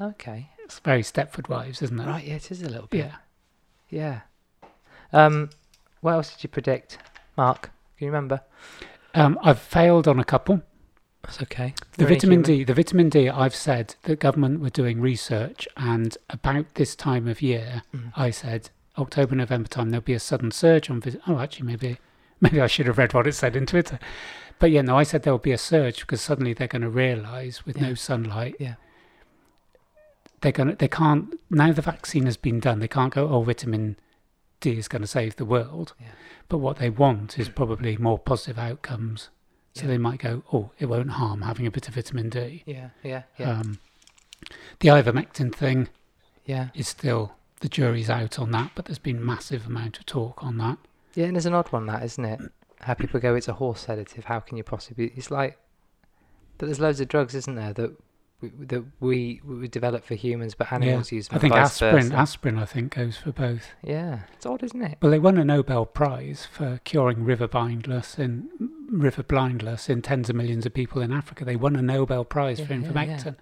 S2: okay.
S1: It's very Stepford Wives, isn't it?
S2: Right. Yeah, it is a little bit.
S1: Yeah.
S2: Yeah. Um, what else did you predict, Mark? Can you remember?
S1: Um, I've failed on a couple.
S2: That's okay.
S1: The
S2: We're only
S1: vitamin
S2: human.
S1: D, the vitamin D, I've said that government were doing research, and about this time of year,
S2: Mm.
S1: I said October, November time there'll be a sudden surge on. Vit- oh, actually, maybe maybe I should have read what it said in Twitter, but yeah, no, I said there'll be a surge because suddenly they're going to realise with
S2: Yeah.
S1: no sunlight,
S2: Yeah.
S1: they're going to they can't now the vaccine has been done, they can't go oh vitamin D is going to save the world,
S2: Yeah.
S1: but what they want is probably more positive outcomes. So
S2: Yeah.
S1: they might go, oh, it won't harm having a bit of vitamin D.
S2: Yeah. Yeah. Yeah.
S1: Um, the ivermectin thing
S2: yeah.
S1: is still the jury's out on that, but there's been massive amount of talk on that.
S2: Yeah, and it's an odd one, that isn't it? How people go, it's a horse sedative. How can you possibly? It's like, but there's loads of drugs, isn't there, that we, that we we develop for humans, but animals use them.
S1: I think
S2: and vice
S1: aspirin,
S2: versa.
S1: aspirin, I think goes for both.
S2: yeah, it's odd, isn't it?
S1: Well, they won a Nobel Prize for curing river blindness in river blindness in tens of millions of people in Africa. They won a Nobel Prize for
S2: Yeah, yeah, yeah.
S1: ivermectin,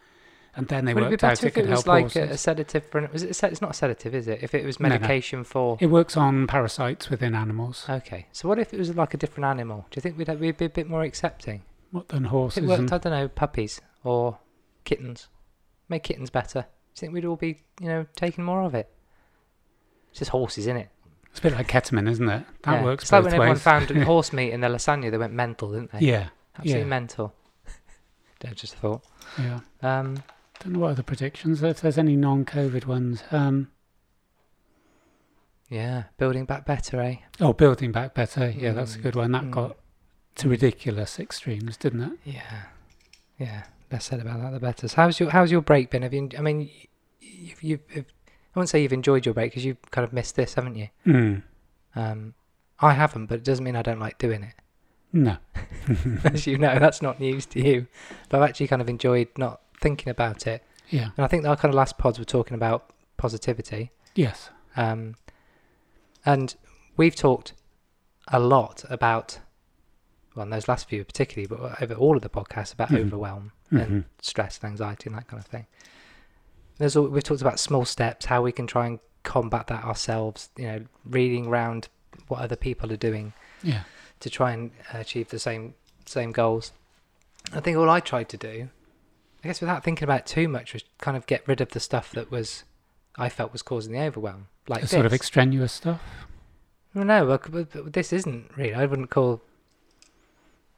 S1: and then they
S2: Would it be
S1: worked out
S2: better
S1: it
S2: if it
S1: could
S2: was
S1: help
S2: like a, a
S1: horses.
S2: sedative for? an- Was it a sed- it's not a sedative, is it? If it was
S1: No, no.
S2: medication for.
S1: It works on parasites within animals,
S2: Okay, so what if it was like a different animal? Do you think we'd, have, we'd be a bit more accepting?
S1: not than
S2: If it
S1: horses.
S2: worked,
S1: And,
S2: I don't know, puppies or kittens. Make kittens better. Do you think we'd all be, you know, taking more of it? It's just horses, isn't it?
S1: it's a bit like ketamine, isn't it? That
S2: Yeah.
S1: works
S2: It's like
S1: both
S2: when
S1: ways.
S2: everyone found horse meat in their lasagna, they went mental, didn't they?
S1: yeah,
S2: Absolutely
S1: yeah.
S2: mental. That's just a thought.
S1: yeah.
S2: Um,
S1: Don't know what other predictions. If there's any non-COVID ones, um,
S2: yeah, building back better, eh?
S1: oh, building back better. Yeah, that's a
S2: Mm,
S1: good one. That
S2: mm.
S1: got to ridiculous extremes, didn't it?
S2: Yeah, yeah. Less said about that, the better. So how's your how's your break been? Have you? I mean, you've, you've, you've I wouldn't say you've enjoyed your break because you've kind of missed this, haven't you?
S1: Mm.
S2: Um, I haven't, but it doesn't mean I don't like doing it.
S1: No.
S2: As you know, that's not news to you. But I've actually kind of enjoyed not thinking about it.
S1: Yeah.
S2: And I think our kind of last pods were talking about positivity.
S1: Yes.
S2: Um, and we've talked a lot about, well, in those last few particularly, but over all of the podcasts about
S1: Mhm.
S2: overwhelm
S1: Mhm.
S2: and stress and anxiety and that kind of thing. There's all, we've talked about small steps, how we can try and combat that ourselves. You know, reading round what other people are doing
S1: Yeah.
S2: to try and achieve the same same goals. I think all I tried to do, I guess, without thinking about it too much, was kind of get rid of the stuff that was I felt was causing the overwhelm, like
S1: The
S2: this.
S1: sort of extraneous stuff.
S2: Well, no, well, c- but- but this isn't really. I wouldn't call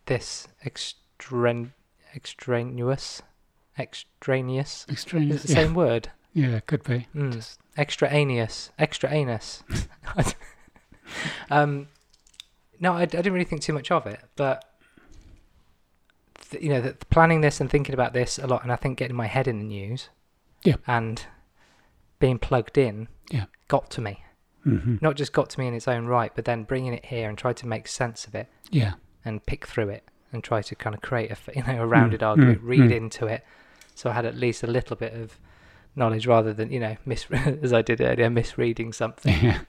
S2: this extren- extraneous. Extraneous. Is
S1: Extraneous.
S2: it the
S1: Yeah.
S2: same word?
S1: yeah, could be.
S2: Mm. Extraneous. Extraneous. um, no, I, I didn't really think too much of it, but th- you know, th planning this and thinking about this a lot, and I think getting my head in the news,
S1: Yeah.
S2: and being plugged in,
S1: Yeah.
S2: got to me
S1: hmm
S2: not just got to me in its own right, but then bringing it here and try to make sense of it
S1: Yeah.
S2: and pick through it and try to kind of create a f- you know a
S1: Mm,
S2: rounded argument,
S1: mm,
S2: read
S1: mm.
S2: into it, so I had at least a little bit of knowledge rather than you know mis- as I did earlier misreading something.
S1: Yeah.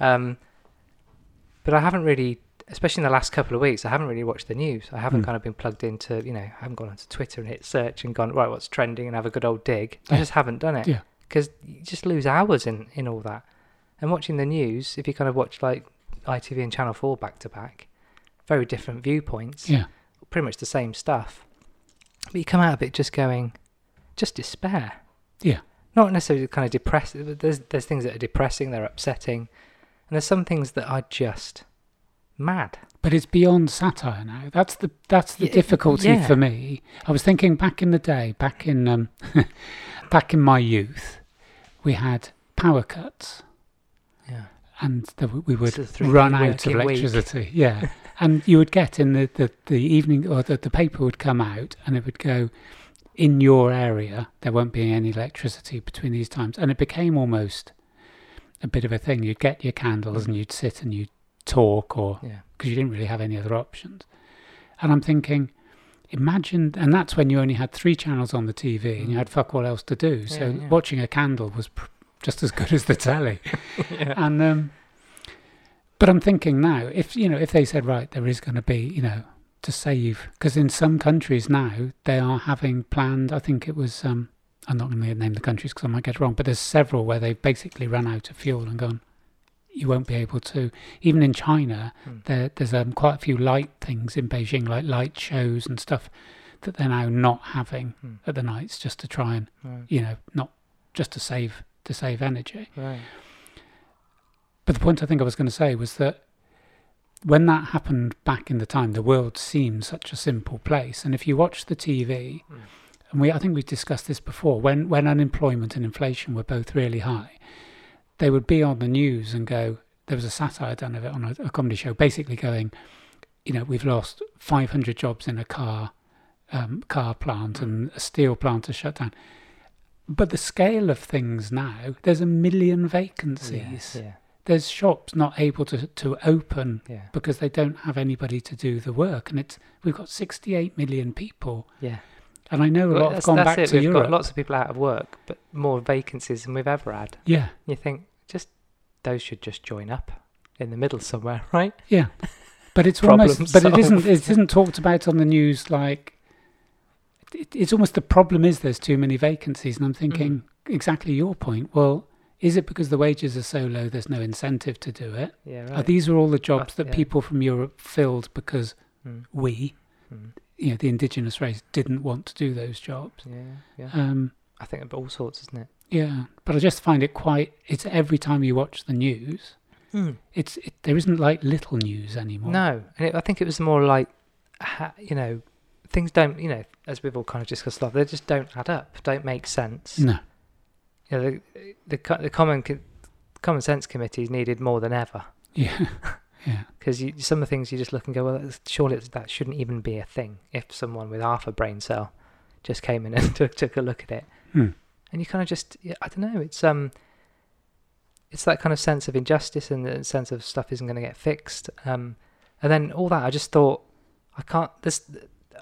S2: Um, but I haven't really, especially in the last couple of weeks, I haven't really watched the news. I haven't
S1: Mm.
S2: kind of been plugged into, you know, I haven't gone onto Twitter and hit search and gone, right, what's trending and have a good old dig. I
S1: Yeah.
S2: just haven't done it.
S1: Yeah.
S2: Because you just lose hours in, in all that. And watching the news, if you kind of watch like ITV and Channel 4 back to back, very different viewpoints,
S1: Yeah.
S2: pretty much the same stuff. But you come out of it just going, just despair.
S1: Yeah.
S2: Not necessarily kind of depressing, but there's, there's things that are depressing, they're upsetting. And there's some things that are just mad.
S1: But it's beyond satire now. That's the that's the
S2: Yeah,
S1: difficulty
S2: yeah.
S1: for me. I was thinking back in the day, back in um, back in my youth, we had power cuts.
S2: Yeah.
S1: and the, we would
S2: So the three-day
S1: run out of
S2: working week.
S1: electricity. Yeah, and you would get in the, the, the evening, or the, the paper would come out, and it would go, in your area there won't be any electricity between these times, and it became almost a bit of a thing. You'd get your candles and you'd sit and you'd talk, or
S2: Yeah.
S1: because you didn't really have any other options. And I'm thinking, imagine, and that's when you only had three channels on the TV and you had fuck all else to do. So
S2: Mm. Yeah, yeah.
S1: watching a candle was pr- just as good as the telly.
S2: Yeah.
S1: And um, but I'm thinking now, if you know, if they said right, there is going to be, you know, to save, because in some countries now they are having planned. I think it was. Um, I'm not going to name the countries because I might get it wrong, but there's several where they've basically run out of fuel and gone. You won't be able to. Even in China,
S2: Hmm.
S1: there, there's um, quite a few light things in Beijing, like light shows and stuff, that they're now not having
S2: Hmm.
S1: at the nights, just to try and
S2: Right.
S1: you know, not just to save to save energy.
S2: Right.
S1: But the point I think I was going to say was that when that happened back in the time, the world seemed such a simple place. And if you watch the TV,
S2: Mm.
S1: and we I think we've discussed this before, when when unemployment and inflation were both really high, they would be on the news and go. There was a satire done of it on a, a comedy show, basically going, you know, we've lost 500 jobs in a car um, car plant and a steel plant is shut down. But the scale of things now, there's a million
S2: Yeah.
S1: vacancies
S2: Yeah.
S1: there's shops not able to, to open
S2: Yeah.
S1: because they don't have anybody to do the work and it's we've got 68 million people
S2: yeah.
S1: and i know a
S2: Well,
S1: lot have
S2: that's
S1: gone
S2: that's
S1: back
S2: it.
S1: to
S2: we've
S1: europe
S2: got lots of people out of work, but more vacancies than we've ever had.
S1: yeah
S2: You think just those should just join up in the middle somewhere, right?
S1: yeah but it's
S2: Problem
S1: almost but it isn't
S2: solved.
S1: it isn't talked about on the news like it, it's almost the problem is there's too many vacancies and i'm thinking
S2: Mm.
S1: exactly your point well is it because the wages are so low there's no incentive to do it
S2: Yeah.
S1: Are
S2: Right.
S1: these are all the jobs that
S2: yeah.
S1: people from europe filled because
S2: Mm.
S1: we
S2: Mm.
S1: you know the indigenous race didn't want to do those jobs
S2: Yeah. Yeah.
S1: Um,
S2: I think of all sorts, isn't it?
S1: yeah, but I just find it quite. It's every time you watch the news,
S2: Mm.
S1: it's it, there isn't like little news anymore.
S2: No, and it, I think it was more like, ha, you know, things don't, you know, as we've all kind of discussed, a lot, they just don't add up, don't make sense.
S1: no,
S2: you know, the the, co- the common co- common sense committee is needed more than ever
S1: yeah, yeah,
S2: because some of the things you just look and go, well, that's, surely it's, that shouldn't even be a thing. If someone with half a brain cell just came in and took took a look at it,
S1: Hmm.
S2: and you kind of just, yeah, I don't know, it's um, it's that kind of sense of injustice and the sense of stuff isn't going to get fixed, um, and then all that. I just thought, I can't. This,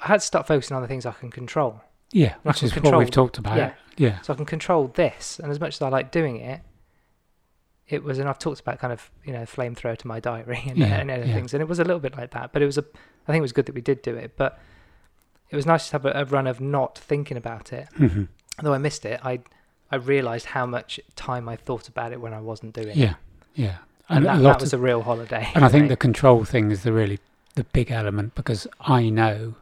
S2: I had to start focusing on the things I can control.
S1: yeah. Which
S2: Russell
S1: is what
S2: controlled-
S1: we've talked about.
S2: yeah.
S1: Yeah, yeah,
S2: So I can control this, and as much as I like doing it, it was, and I've talked about kind of you know flamethrower to my diary and,
S1: Yeah,
S2: and other
S1: yeah.
S2: things, and it was a little bit like that. But it was a, I think it was good that we did do it, but it was nice to have a, a run of not thinking about it.
S1: Mhm.
S2: Though I missed it, I I realised how much time I thought about it when I wasn't doing it.
S1: Yeah, yeah.
S2: And,
S1: a
S2: that,
S1: lot
S2: that was
S1: of-
S2: a real holiday.
S1: and I think the
S2: that.
S1: control thing is the really the big element because I know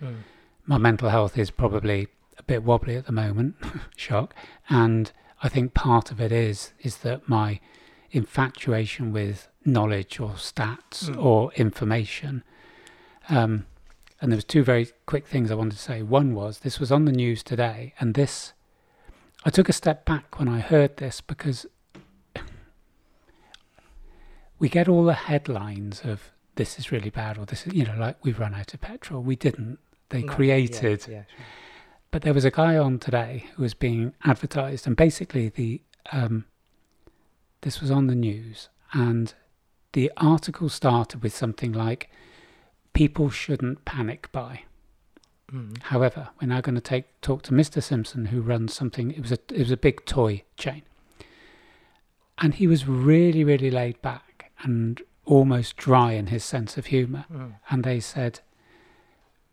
S2: Mm.
S1: my mental health is probably a bit wobbly at the moment, shock. And I think part of it is is that my infatuation with knowledge or stats
S2: Mm.
S1: or information. Um, and there was two very quick things I wanted to say. One was this was on the news today, and this I took a step back when I heard this because we get all the headlines of this is really bad or this is you know like we've run out of petrol. We didn't. They created
S2: Mm. Yeah,
S1: but there was a guy on today who was being advertised, and basically the um, this was on the news, and the article started with something like, "People shouldn't panic buy."
S2: sure. Mm.
S1: However, we're now going to take talk to Mr. Simpson, who runs something. It was a it was a big toy chain, and he was really really laid back and almost dry in his sense of humour
S2: Mm.
S1: and they said,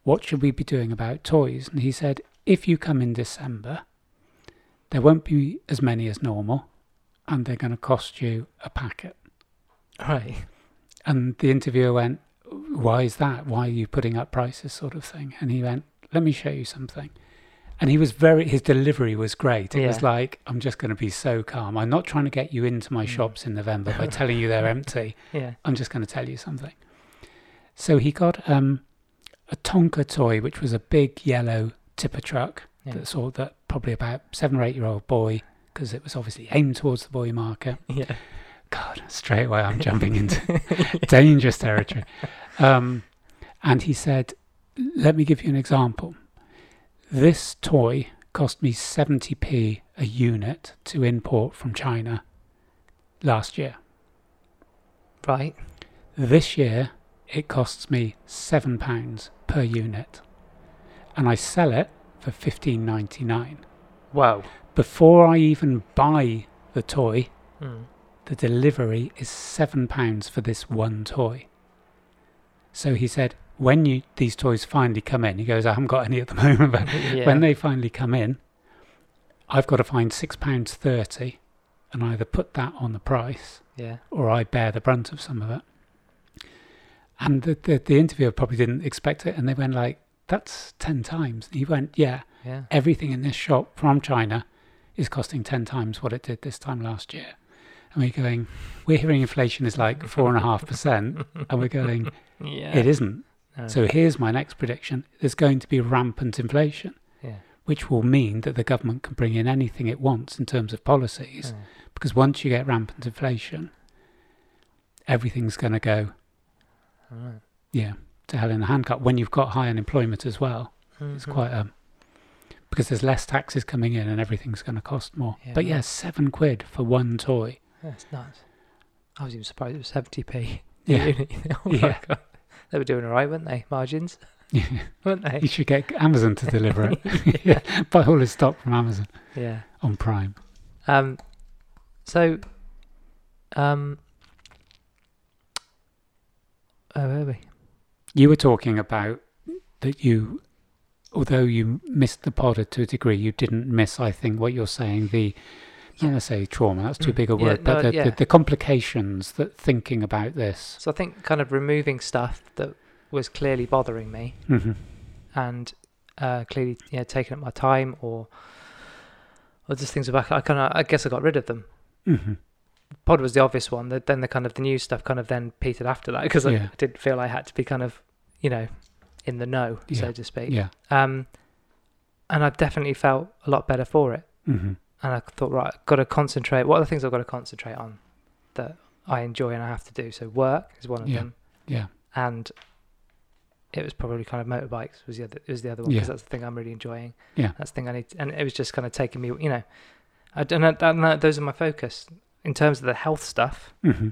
S1: What should we be doing about toys? And he said, If you come in December, there won't be as many as normal, and they're going to cost you a packet.
S2: Right.
S1: And the interviewer went, Why is that? Why are you putting up prices, sort of thing? And he went, Let me show you something. And he was very, his delivery was great. It was
S2: Yeah.
S1: like, I'm just going to be so calm. I'm not trying to get you into my
S2: Mm.
S1: shops in November by telling you they're empty.
S2: Yeah.
S1: I'm just going to tell you something. So he got um, a Tonka toy, which was a big yellow tipper truck
S2: Yeah.
S1: that saw that probably about seven or eight year old boy, because it was obviously aimed towards the boy market.
S2: Yeah.
S1: God, straight away I'm jumping into dangerous territory. Um, and he said, Let me give you an example. This toy cost me 70p a unit to import from China last year.
S2: Right.
S1: This year, it costs me seven pounds per unit, and I sell it for fifteen ninety nine.
S2: Wow.
S1: Before I even buy the toy,
S2: Mm.
S1: the delivery is seven pounds for this one toy. So he said, when you these toys finally come in, he goes, I haven't got any at the moment, but
S2: Yeah.
S1: when they finally come in, I've got to find six pounds thirty, and either put that on the price
S2: yeah.
S1: or I bear the brunt of some of it. And the, the, the interviewer probably didn't expect it, and they went like, "That's ten times." And he went, "Yeah,
S2: Yeah.
S1: everything in this shop from China is costing ten times what it did this time last year." And we're going, "We're hearing inflation is like four and a half percent," and we're going,
S2: Yeah. Uh,
S1: "It isn't."
S2: No.
S1: So here's my next prediction: there's going to be rampant inflation,
S2: Yeah.
S1: which will mean that the government can bring in anything it wants in terms of policies
S2: Mm.
S1: because once you get rampant inflation, everything's going to go
S2: Alright.
S1: yeah to hell in a handcart. When you've got high unemployment as well, it's
S2: Mhm.
S1: quite um because there's less taxes coming in and everything's going to cost more.
S2: Yeah.
S1: But yeah, seven quid for one toy.
S2: That's nuts. I was even surprised it was 70p.
S1: Yeah,
S2: oh my
S1: Yeah.
S2: God. They were doing all right, weren't they? Margins, weren't
S1: you
S2: they?
S1: should get Amazon to deliver it. yeah. buy all his stock from Amazon
S2: Yeah.
S1: on Prime.
S2: Um. So. Um. Oh, were we?
S1: You were talking about that you, although you missed the pod to a degree, you didn't miss, I think, what you're saying, the, not going to say trauma, that's too big a
S2: Mm. Yeah,
S1: word, but
S2: no,
S1: the,
S2: yeah.
S1: the, the complications that thinking about this.
S2: So I think kind of removing stuff that was clearly bothering me.
S1: hmm
S2: and uh, clearly you know, taking up my time or or just things about I kind of I guess I got rid of them.
S1: hmm
S2: Pod was the obvious one. That then the kind of the new stuff kind of then petered after that because
S1: Yeah.
S2: I, did feel I had to be kind of you know in the know
S1: Yeah.
S2: so to speak.
S1: Yeah.
S2: Um, and I definitely felt a lot better for it.
S1: hmm
S2: And I thought right, I've got to concentrate. What are the things I've got to concentrate on that I enjoy and I have to do? So work is one of
S1: Yeah.
S2: them.
S1: Yeah.
S2: And it was probably kind of motorbikes was the other was the other one
S1: Yeah.
S2: because that's the thing I'm really enjoying.
S1: Yeah.
S2: That's the thing I need, to, and it was just kind of taking me, you know, I don't know. That, that, those are my focus in terms of the health stuff,
S1: hmm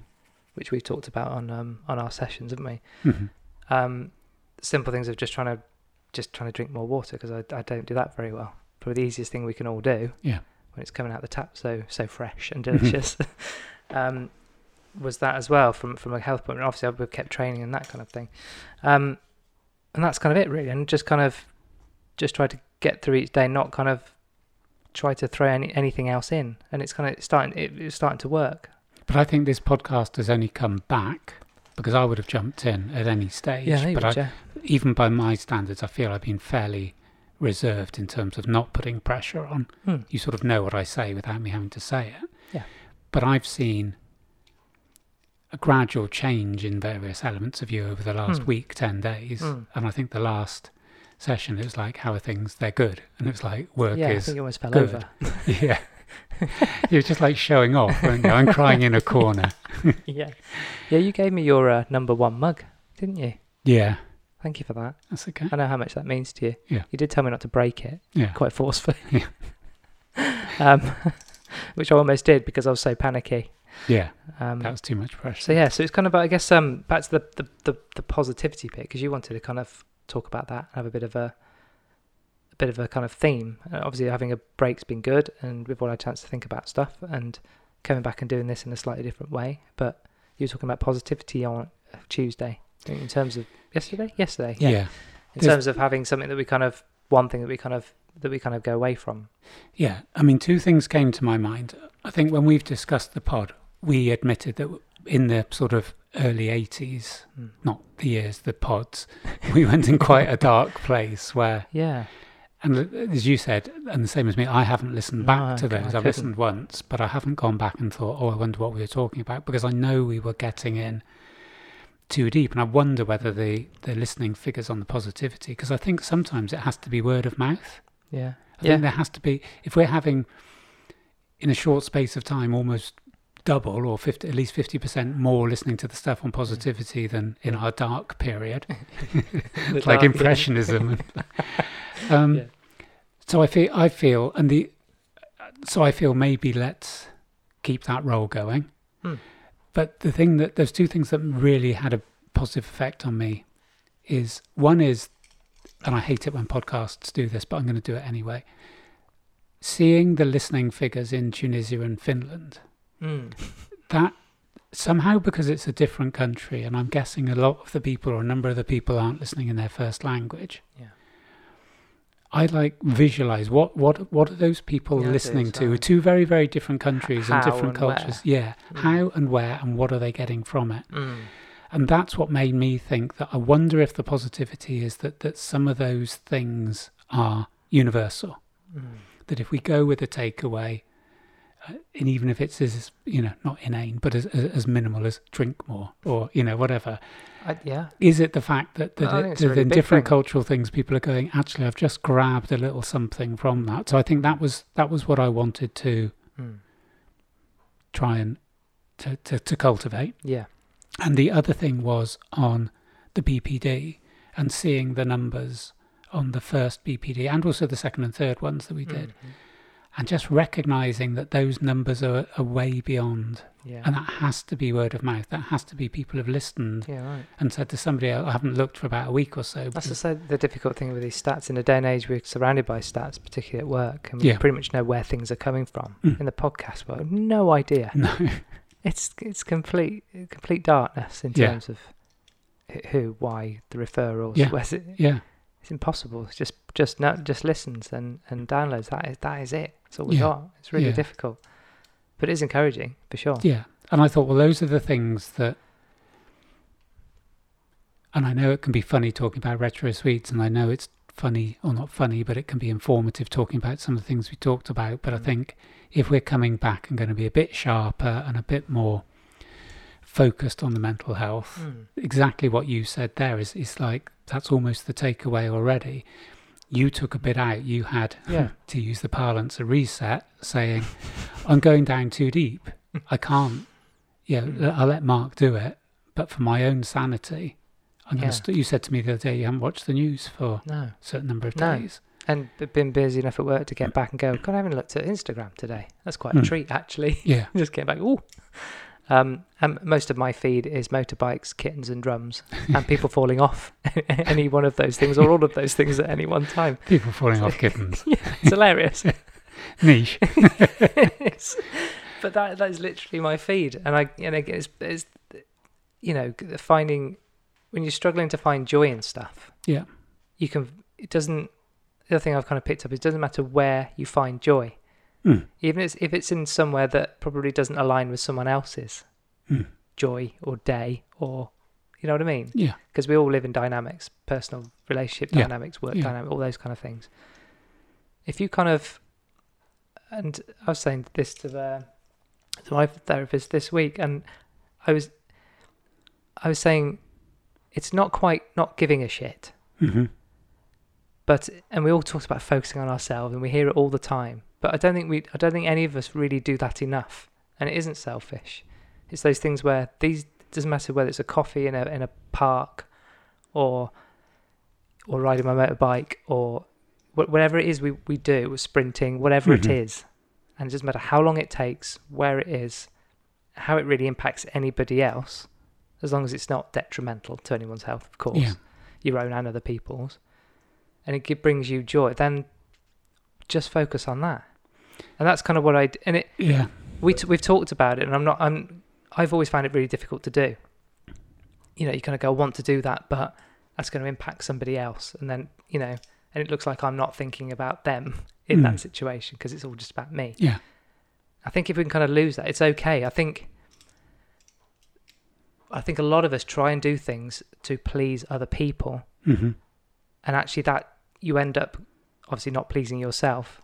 S2: which we talked about on um, on our sessions, haven't we?
S1: hmm
S2: Um, simple things of just trying to just trying to drink more water because I, I don't do that very well. Probably the easiest thing we can all do.
S1: Yeah.
S2: When it's coming out the tap, so so fresh and
S1: Mhm.
S2: delicious. um, was that as well from from a health point? of view. Obviously, I've kept training and that kind of thing. Um, and that's kind of it really, and just kind of just try to get through each day, not kind of try to throw any, anything else in, and it's kind of starting. It, it's starting to work.
S1: But I think this podcast has only come back because I would have jumped in at any stage.
S2: yeah, maybe,
S1: but I,
S2: yeah.
S1: even by my standards, I feel I've been fairly reserved in terms of not putting pressure on.
S2: Hmm.
S1: You sort of know what I say without me having to say it.
S2: Yeah.
S1: But I've seen a gradual change in various elements of you over the last
S2: Hmm.
S1: week, 10 days.
S2: Hmm.
S1: And I think the last session, it was like, how are things? They're good. And it was like, work
S2: yeah, I
S1: is
S2: think it almost fell
S1: good.
S2: over.
S1: yeah. You're just like showing off, weren't you? I'm crying in a corner.
S2: yeah, yeah. You gave me your uh, number one mug, didn't you?
S1: Yeah.
S2: Thank you for that.
S1: That's okay.
S2: I know how much that means to you.
S1: Mm. Yeah.
S2: You did tell me not to break it
S1: Yeah.
S2: quite forcefully.
S1: Yeah.
S2: um, which I almost did because I was so panicky.
S1: Yeah.
S2: Um,
S1: That was too much pressure.
S2: So yeah, so it's kind of about I guess um back to the the, the, the positivity bit because you wanted to kind of talk about that and have a bit of a a bit of a kind of theme. Uh, obviously, having a break's been good, and we've all had a chance to think about stuff and coming back and doing this in a slightly different way. But you were talking about positivity on Tuesday in terms of yesterday. Yesterday,
S1: Yeah.
S2: in terms of having something that we kind of one thing that we kind of that we kind of go away from.
S1: Yeah. I mean, two things came to my mind. I think when we've discussed the pod, we admitted that in the sort of early 80s,
S2: Mm.
S1: not the years, the pods, we went in quite a dark place where,
S2: Yeah,
S1: and as you said, and the same as me, I haven't listened
S2: No,
S1: back
S2: I
S1: to those. I've
S2: couldn't.
S1: listened once, but I haven't gone back and thought, oh, I wonder what we were talking about because I know we were getting in too deep. And I wonder whether the, the listening figures on the positivity, because I think sometimes it has to be word of mouth.
S2: yeah,
S1: I think there has to be if we're having in a short space of time almost double or 50, at least 50% more listening to the stuff on
S2: Mm.
S1: positivity than in our dark period
S2: The
S1: like
S2: dark- yeah.
S1: impressionism um,
S2: Yeah.
S1: so i feel i feel and the so i feel maybe let's keep that role going
S2: Hmm.
S1: but the thing that there's two things that really had a positive effect on me is one is and i hate it when podcasts do this but i'm going to do it anyway seeing the listening figures in tunisia and finland
S2: Mm.
S1: that somehow because it's a different country and i'm guessing a lot of the people or a number of the people aren't listening in their first language
S2: Yeah.
S1: i like visualize what what what are those people
S2: Yeah, I do
S1: listening
S2: as
S1: to
S2: well.
S1: two very very different countries and
S2: How
S1: different
S2: and where.
S1: cultures yeah
S2: Mm.
S1: how and where and what are they getting from it
S2: Mm.
S1: and that's what made me think that i wonder if the positivity is that that some of those things are universal
S2: Mm.
S1: that if we go with a takeaway, uh, and even if it's as you know not inane, but as, as as minimal as drink more or you know whatever,
S2: I, yeah.
S1: is it the fact that that,
S2: I
S1: it-
S2: think it's a
S1: that
S2: really
S1: in
S2: big
S1: different
S2: thing.
S1: cultural things people are going actually I've just grabbed a little something from that. So I think that was that was what I wanted to
S2: Mm.
S1: try and to to, to cultivate.
S2: Yeah.
S1: And the other thing was on the BPD and seeing the numbers on the first BPD and also the second and third ones that we did.
S2: Mhm.
S1: and just recognizing that those numbers are, are way beyond
S2: Yeah.
S1: and that has to be word of mouth that has to be people have listened
S2: yeah, right.
S1: and said to somebody else, i haven't looked for about a week or so
S2: That's
S1: because-
S2: just uh, the difficult thing with these stats. In a day and age, we're surrounded by stats, particularly at work, and we
S1: Yeah.
S2: pretty much know where things are coming from.
S1: Mm.
S2: In the podcast world, no idea.
S1: no
S2: It's it's complete complete darkness in
S1: Yeah.
S2: terms of wh- who, why, the referrals.
S1: Yeah.
S2: where's it-
S1: yeah
S2: It's impossible. It's just just no, just listens and, and downloads. That is that is it. That's all we
S1: Yeah.
S2: got. It's really
S1: Yeah.
S2: difficult, but it is encouraging for sure.
S1: yeah and i thought well those are the things that and i know it can be funny talking about retro sweets and i know it's funny or not funny but it can be informative talking about some of the things we talked about but i
S2: Mm.
S1: think if we're coming back and going to be a bit sharper and a bit more focused on the mental health
S2: Mm.
S1: exactly what you said there is it's like that's almost the takeaway already. You took a bit out. You had
S2: Yeah.
S1: to use the parlance a reset, saying, "I'm going down too deep. I can't. Yeah,
S2: Mm.
S1: l- I'll let Mark do it, but for my own sanity, I'm
S2: Yeah.
S1: going to." St- you said to me the other day you haven't watched the news for
S2: No.
S1: a certain number of
S2: No.
S1: days.
S2: and b- been busy enough at work to get back and go. God, I haven't looked at Instagram today. That's quite a
S1: Hmm.
S2: treat, actually.
S1: Yeah,
S2: Just came back. Ooh. Um, and most of my feed is motorbikes, kittens, and drums, and people falling off any one of those things or all of those things at any one time.
S1: people falling off kittens.
S2: It's hilarious.
S1: Niche.
S2: It's- but that that is literally my feed, and I and again, it's, it's you know g- finding when you're struggling to find joy in stuff.
S1: Yeah.
S2: you can. It doesn't. The other thing I've kind of picked up is it doesn't matter where you find joy.
S1: Mm.
S2: even if it's, if it's in somewhere that probably doesn't align with someone else's
S1: Mm.
S2: joy or day or you know what I mean?
S1: Yeah.
S2: Because we all live in dynamics, personal relationship
S1: Yeah.
S2: dynamics, work
S1: Yeah.
S2: dynamic, all those kind of things. If you kind of, and I was saying this to the to my therapist this week, and I was, I was saying, it's not quite not giving a shit,
S1: hmm
S2: but and we all talk about focusing on ourselves and we hear it all the time but i don't think we i don't think any of us really do that enough and it isn't selfish it's those things where these doesn't matter whether it's a coffee in a in a park or or riding my motorbike or wh- whatever it is we we do or sprinting whatever it
S1: Mhm.
S2: is and it doesn't matter how long it takes where it is how it really impacts anybody else as long as it's not detrimental to anyone's health of course
S1: Yeah.
S2: your own and other people's and it gi- brings you joy, then just focus on that. And that's kind of what I d- and it
S1: Yeah.
S2: we t- we've talked about it, and I'm not I'm I've always found it really difficult to do. You know, you kind of go I want to do that, but that's going to impact somebody else, and then you know, and it looks like I'm not thinking about them in
S1: Mm.
S2: that situation because it's all just about me.
S1: Yeah.
S2: I think if we can kind of lose that, it's okay. I think I think a lot of us try and do things to please other people
S1: hmm
S2: and actually that you end up obviously not pleasing yourself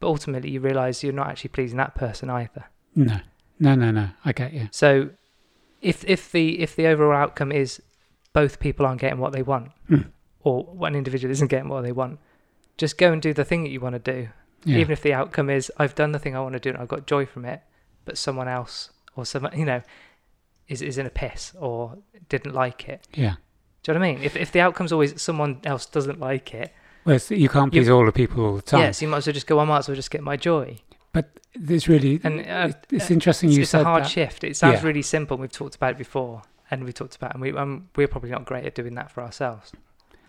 S2: but ultimately you realize you're not actually pleasing that person either
S1: No. No, no, no. I get you.
S2: so if if the if the overall outcome is both people aren't getting what they want
S1: Hmm.
S2: or one individual isn't getting what they want just go and do the thing that you want to do
S1: Yeah.
S2: even if the outcome is i've done the thing i want to do and i've got joy from it but someone else or someone you know is, is in a piss or didn't like it
S1: yeah.
S2: do you know what i mean if, if the outcome's always someone else doesn't like it
S1: Well, it's, you can't
S2: You-
S1: please all the people all the time.
S2: Yes, you might as well just go. I might as well just get my joy.
S1: But this really,
S2: And, uh,
S1: it- it's
S2: uh,
S1: interesting
S2: It's,
S1: you
S2: it's
S1: said
S2: a hard
S1: that.
S2: shift. It sounds
S1: Yeah.
S2: really simple. We've talked about it before, and we talked about, and we um, we're probably not great at doing that for ourselves.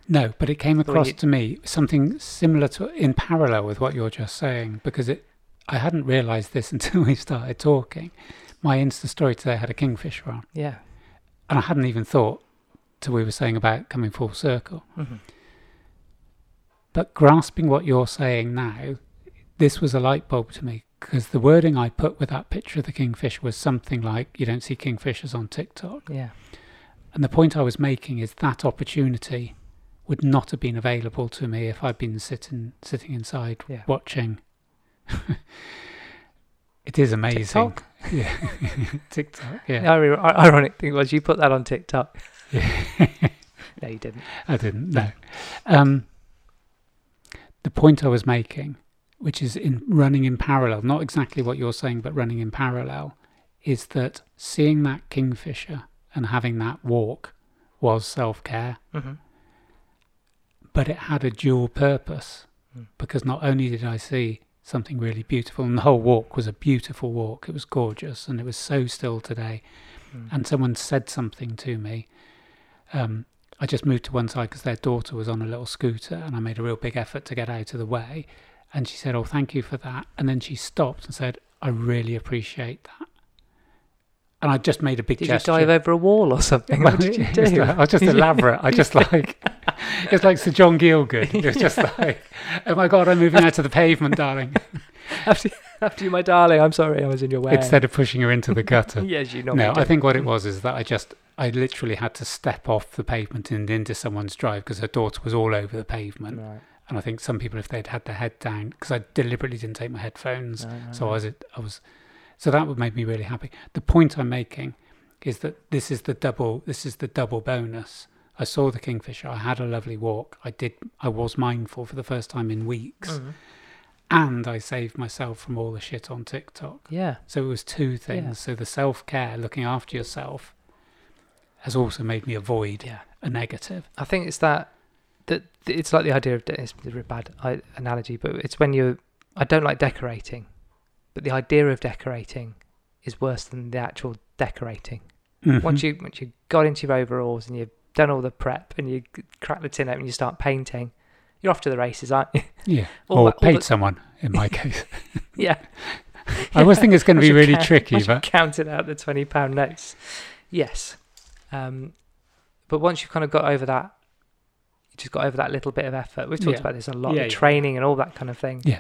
S1: No, but it came
S2: But when
S1: across
S2: you-
S1: to me something similar to in parallel with what you're just saying because it I hadn't realized this until we started talking. My Insta story today had a kingfisher on,
S2: Yeah.
S1: and I hadn't even thought till we were saying about coming full circle.
S2: hmm
S1: But grasping what you're saying now, this was a light bulb to me because the wording I put with that picture of the kingfisher was something like you don't see kingfishers on TikTok.
S2: Yeah.
S1: And the point I was making is that opportunity would not have been available to me if I'd been sitting sitting inside
S2: Yeah.
S1: watching. it is amazing.
S2: TikTok?
S1: Yeah. TikTok.
S2: The
S1: Yeah.
S2: ir- ironic thing was you put that on TikTok. no, you didn't.
S1: I didn't know. Um, the point I was making, which is in running in parallel, not exactly what you're saying, but running in parallel, is that seeing that kingfisher and having that walk was self care.
S2: hmm
S1: but it had a dual purpose
S2: Mm.
S1: because not only did I see something really beautiful, and the whole walk was a beautiful walk, it was gorgeous, and it was so still today.
S2: Mm. Hmm.
S1: And someone said something to me. Um, I just moved to one side because their daughter was on a little scooter, and I made a real big effort to get out of the way. And she said, Oh, thank you for that. And then she stopped and said, I really appreciate that. And I just made a big
S2: Did
S1: gesture.
S2: you dive over a wall or something?
S1: Well,
S2: what did you
S1: it-
S2: do?
S1: it's like- I was just elaborate. I just like it's like Sir John Gielgud. It was just like, oh my god, I'm moving out to the pavement, darling,
S2: after, after you, my darling. I'm sorry, I was in your way.
S1: instead of pushing her into the gutter.
S2: yes, you know.
S1: No, I think what it was is that I just I literally had to step off the pavement and into someone's drive because her daughter was all over the pavement.
S2: Right,
S1: And I think some people, if they'd had their head down, because I deliberately didn't take my headphones
S2: right, right,
S1: So I
S2: right.
S1: was, I was, so that would make me really happy. The point I'm making is that this is the double, this is the double bonus. I saw the kingfisher. I had a lovely walk. I did. I was mindful for the first time in weeks,
S2: Mhm.
S1: and I saved myself from all the shit on TikTok.
S2: Yeah.
S1: So it was two things. So the self care, looking after yourself, has also made me avoid
S2: Yeah.
S1: a negative.
S2: I think it's that that that it's like the idea of de- it's a really bad I, analogy, but it's when you I don't like decorating, but the idea of decorating is worse than the actual decorating.
S1: Mm-hmm.
S2: Once you once you got into your overalls and you've done all the prep and you c- crack the tin open and you start painting, you're off to the races, aren't you?
S1: yeah,
S2: all
S1: or
S2: that- all
S1: paid
S2: that-
S1: someone in my case.
S2: yeah.
S1: I always think it's going to
S2: I
S1: be
S2: should
S1: really
S2: count- I
S1: tricky,
S2: should
S1: but
S2: counted out the twenty pound notes. Yes, um, but once you've kind of got over that, you just got over that little bit of effort. We've talked
S1: Yeah.
S2: about this a lot,
S1: Yeah,
S2: the
S1: yeah.
S2: training and all that kind of thing.
S1: Yeah.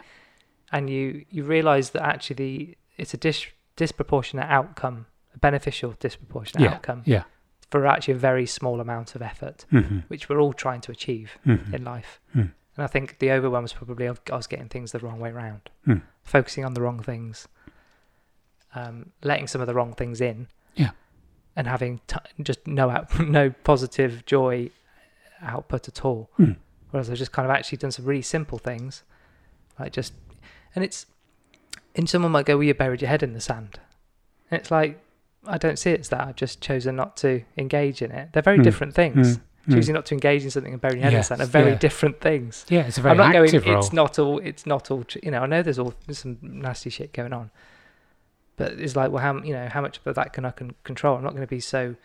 S2: and you you realise that actually the, it's a dis- disproportionate outcome, a beneficial disproportionate outcome
S1: Yeah.
S2: for actually a very small amount of effort,
S1: hmm
S2: which we're all trying to achieve in life.
S1: Hmm.
S2: And I think the overwhelm was probably of- I was getting things the wrong way round,
S1: Hmm.
S2: focusing on the wrong things, um, letting some of the wrong things in,
S1: Yeah.
S2: and having t- just no out- no positive joy output at all.
S1: Hmm.
S2: Whereas I've just kind of actually done some really simple things, like just, and it's, and someone might go, "Well, you buried your head in the sand," and it's like. I don't see it's that I've just chosen not to engage in it. They're very
S1: Hmm.
S2: different things
S1: Mm.
S2: choosing not to engage in something and burying your head in the sand are
S1: Yes,
S2: very
S1: yeah.
S2: different things.
S1: Hmm. Yeah, it's a very
S2: I'm not
S1: active
S2: going.
S1: role.
S2: It's not all. It's not all. tr- You know, I know there's all there's some nasty shit going on, but it's like, well, how you know how much of that can I can control? I'm not going to be so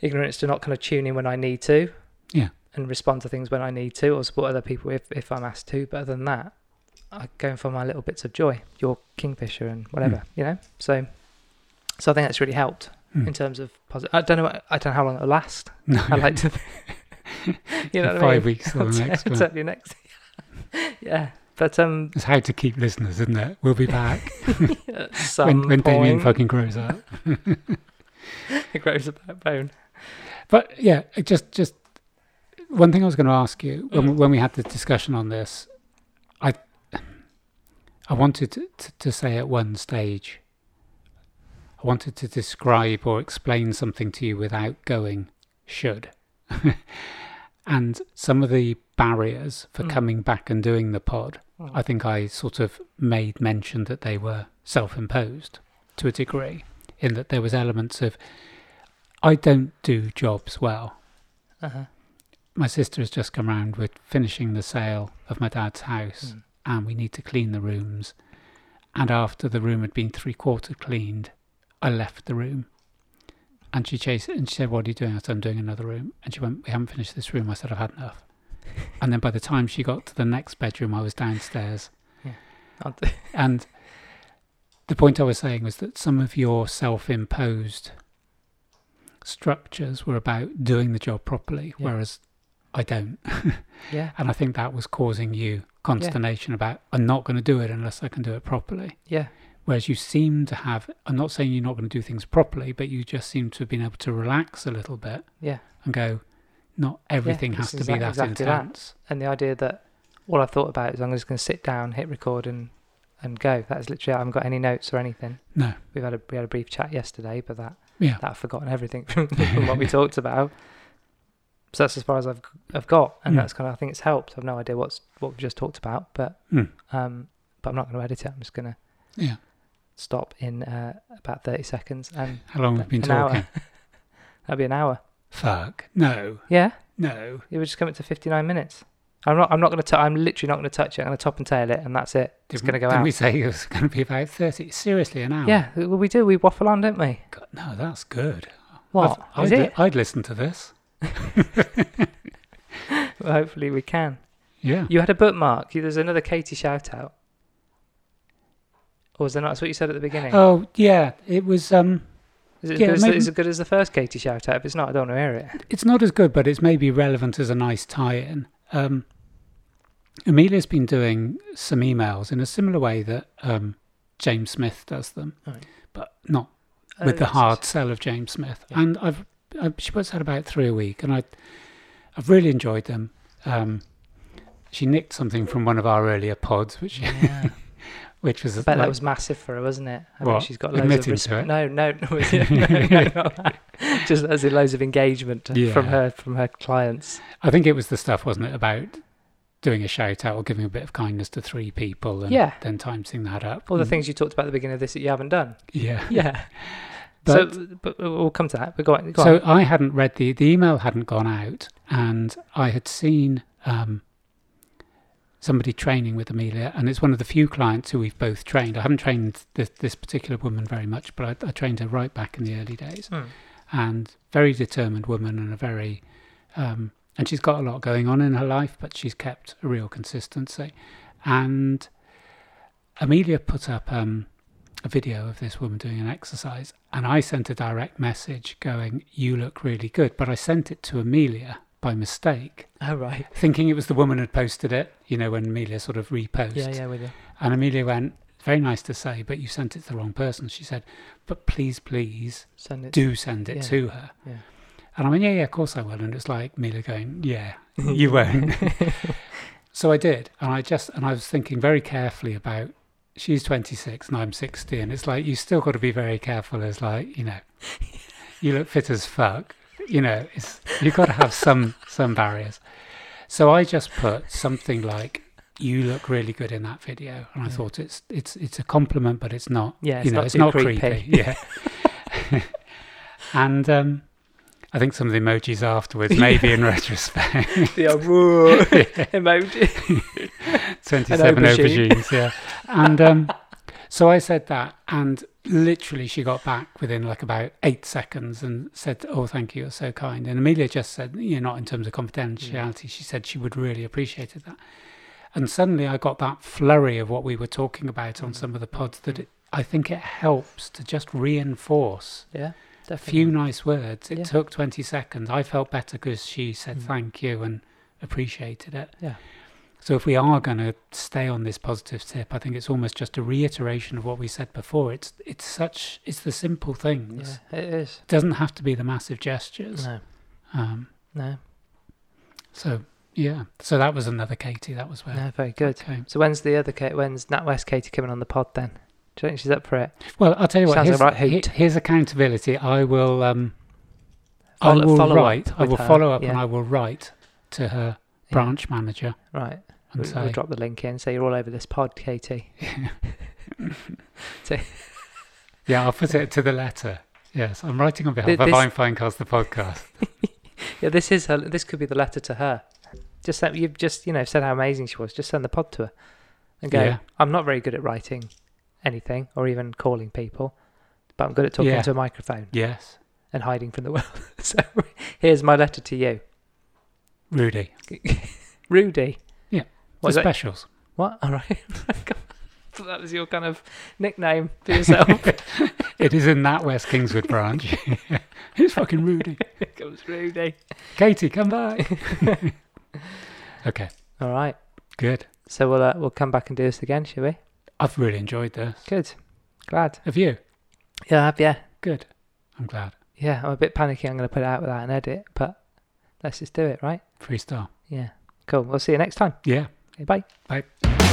S2: ignorant as to not kind of tune in when I need to.
S1: Yeah.
S2: And respond to things when I need to, or support other people if if I'm asked to. But other than that, I go for my little bits of joy. Your kingfisher and whatever,
S1: Hmm.
S2: you know. So, so I think that's really helped
S1: Mm.
S2: in terms of positive. I don't know. I don't know how long it'll last.
S1: No,
S2: I like to. you know, what I mean?
S1: five weeks till the next one.
S2: Totally next. yeah, but um,
S1: It's how to keep listeners, isn't it? We'll be back
S2: at
S1: when,
S2: some
S1: when Damien
S2: point
S1: fucking grows up.
S2: it grows a backbone.
S1: But yeah, it just just one thing I was going to ask you when
S2: Mm.
S1: when we had the discussion on this, I I wanted to, to, to say at one stage, I wanted to describe or explain something to you without going should, and some of the barriers for
S2: Mm.
S1: coming back and doing the pod.
S2: Mm.
S1: I think I sort of made mention that they were self-imposed to a degree, in that there was elements of I don't do jobs well
S2: Uh-huh.
S1: my sister has just come round with finishing the sale of my dad's house
S2: Hmm.
S1: and we need to clean the rooms. And after the room had been three quarter cleaned, I left the room. And she chased it and she said, What are you doing? I said, I'm doing another room. And she went, We haven't finished this room. I said, I've had enough. and then by the time she got to the next bedroom, I was downstairs.
S2: I'll-
S1: And the point I was saying was that some of your self imposed structures were about doing the job properly,
S2: Yeah.
S1: whereas I don't.
S2: yeah,
S1: And I think that was causing you consternation about, I'm not going to do it unless I can do it properly.
S2: yeah,
S1: Whereas you seem to have, I'm not saying you're not going to do things properly, but you just seem to have been able to relax a little bit
S2: yeah.
S1: and go, not everything has
S2: it's
S1: to
S2: exac-
S1: be that
S2: exactly that.
S1: intense.
S2: And the idea that all I've thought about is I'm just going to sit down, hit record, and and go. That's literally. I haven't got any notes or anything.
S1: No.
S2: We've had a we had a brief chat yesterday, but that
S1: Yeah.
S2: that I've forgotten everything from, from what we talked about. So that's as far as I've I've got, and
S1: Mm.
S2: that's kind of I think it's helped. I've no idea what's what we just talked about, but
S1: Mm.
S2: um, but I'm not going to edit it. I'm just going to
S1: Yeah.
S2: stop in uh, about thirty seconds, and
S1: How long have we been
S2: An hour.
S1: talking?
S2: that'll be an hour.
S1: Fuck. No.
S2: Yeah,
S1: No.
S2: it would just come up to fifty nine minutes. I'm not. I'm not going to. I'm literally not going to touch it. I'm going to top and tail it, and that's it. It's
S1: Didn't-
S2: going to go
S1: didn't
S2: out.
S1: we say it was going to be about 30? Seriously, an hour?
S2: Yeah, well, we do. We waffle on, don't we?
S1: God, no, that's good.
S2: What
S1: I'd,
S2: is
S1: I'd,
S2: it?
S1: I'd listen to this.
S2: Well, hopefully, we can.
S1: Yeah.
S2: You had a bookmark. There's another Katie shout out. Or was there not? That's what you said at the beginning.
S1: Oh, yeah. It was. um.
S2: Is it,
S1: Yeah,
S2: is,
S1: maybe-
S2: it, is it good as the first Katie shout out? If it's not, I don't want to hear it.
S1: it's not as good, but it's maybe relevant as a nice tie-in. Um, Amelia's been doing some emails in a similar way that um, James Smith does them,
S2: Right.
S1: but not
S2: Oh,
S1: with the
S2: yes,
S1: hard sell of James Smith.
S2: Yeah.
S1: And I've I, she puts out about three a week, and I I've really enjoyed them. Um, she nicked something from one of our earlier pods, which
S2: yes, yes.
S1: which was
S2: I bet that
S1: like-
S2: was massive for her, wasn't it? I mean,
S1: What?
S2: she's got loads
S1: Admitting
S2: of resp-
S1: to it?
S2: No, no, no, yeah, no, no, not that. Just as in loads of engagement
S1: Yeah.
S2: from her from her clients.
S1: I think it was the stuff, wasn't it, about doing a shout out or giving a bit of kindness to three people, and
S2: Yeah.
S1: then timesing that up.
S2: All the
S1: and-
S2: things you talked about at the beginning of this that you haven't done.
S1: mm. yeah,
S2: Yeah.
S1: But-
S2: so, but we'll come to that. But go on. Go
S1: so
S2: on.
S1: I hadn't read the the email hadn't gone out, and I had seen um, somebody training with Amelia, and it's one of the few clients who we've both trained. I haven't trained this, this particular woman very much, but I, I trained her right back in the early days,
S2: Mm.
S1: and very determined woman, and a very um, and she's got a lot going on in her life, but she's kept a real consistency. And Amelia put up um, a video of this woman doing an exercise, and I sent a direct message going, "You look really good," but I sent it to Amelia by mistake,
S2: Oh, right.
S1: thinking it was the woman who posted it, you know, when Amelia sort of reposts.
S2: Yeah, yeah, with you.
S1: And Amelia went, very nice to say, but you sent it to the wrong person. She said, but please, please
S2: Send it.
S1: do send it
S2: yeah,
S1: to her.
S2: yeah.
S1: And I went, yeah, yeah, of course I will. And it's like Amelia going, yeah, you uh, won't. so I did. And I just, and I was thinking very carefully about, she's 26 and I'm 60. And it's like, you still got to be very careful as like, you know, you look fit as fuck. You know, it's, you've got to have some, some barriers. So I just put something like, you look really good in that video. And I
S2: Yeah.
S1: thought it's, it's, it's a compliment, but it's not
S2: Yeah, it's
S1: you know,
S2: not
S1: it's
S2: too
S1: not creepy.
S2: creepy.
S1: Yeah. and um, I think some of the emojis afterwards, maybe in retrospect,
S2: Yeah, whoa. emoji.
S1: 27
S2: aubergine.
S1: aubergines, yeah. And um, so I said that, and literally she got back within like about eight seconds and said, Oh, thank you, you're so kind. And Amelia just said, You know, not in terms of confidentiality, she said she would really appreciate that. And suddenly I got that flurry of what we were talking about
S2: Mm.
S1: on some of the pods that it, I think it helps to just reinforce
S2: Yeah,
S1: a
S2: definitely.
S1: few nice words. It
S2: Yeah.
S1: took 20 seconds. I felt better because she said
S2: Mm.
S1: thank you and appreciated it.
S2: Yeah.
S1: So if we are going to stay on this positive tip, I think it's almost just a reiteration of what we said before. It's it's such it's the simple things.
S2: Yeah, it is.
S1: It doesn't have to be the massive gestures.
S2: No,
S1: Um,
S2: no,
S1: so yeah. So that was another Katie. That was where.
S2: no, very good.
S1: Okay.
S2: So when's the other Kate? When's NatWest Katie coming on the pod then? Do you think she's up for it?
S1: Well, I'll tell you what.
S2: Sounds
S1: Here's,
S2: a right hoot.
S1: he- here's accountability. I will. Um, I
S2: Follow-
S1: will
S2: follow up
S1: write. I
S2: with
S1: will
S2: her,
S1: follow up and
S2: yeah.
S1: I will write to her
S2: Yeah.
S1: branch manager
S2: Right.
S1: and
S2: We'll,
S1: say.
S2: we'll drop the link in. So you're all over this pod, Katie.
S1: Yeah, I'll put it to the letter. Yes, I'm writing on behalf
S2: Th-
S1: of
S2: this-
S1: Fine Finecast, the podcast.
S2: Yeah, this is her. This could be the letter to her. Just that you've just you know said how amazing she was. Just send the pod to her and go.
S1: Yeah.
S2: I'm not very good at writing anything or even calling people, but I'm good at talking
S1: Yeah.
S2: to a microphone
S1: Yes,
S2: and hiding from the world. so here's my letter to you,
S1: Rudy.
S2: Rudy.
S1: Yeah.
S2: What is
S1: the
S2: that?
S1: specials.
S2: What? All right. Oh so that was your kind of nickname for yourself.
S1: It is in that West Kingswood branch. Who's fucking Rudy?
S2: Here comes Rudy.
S1: Katie, come back. okay,
S2: All right.
S1: good.
S2: So we'll uh, we'll come back and do this again, shall we?
S1: I've really enjoyed this.
S2: Good. Glad.
S1: Have you?
S2: Yeah, I have, yeah.
S1: Good. I'm glad.
S2: Yeah, I'm a bit panicky. I'm going to put it out without an edit, but let's just do it, right?
S1: Freestyle.
S2: Yeah. Cool. We'll see you next time.
S1: Yeah.
S2: Okay, bye.
S1: Bye.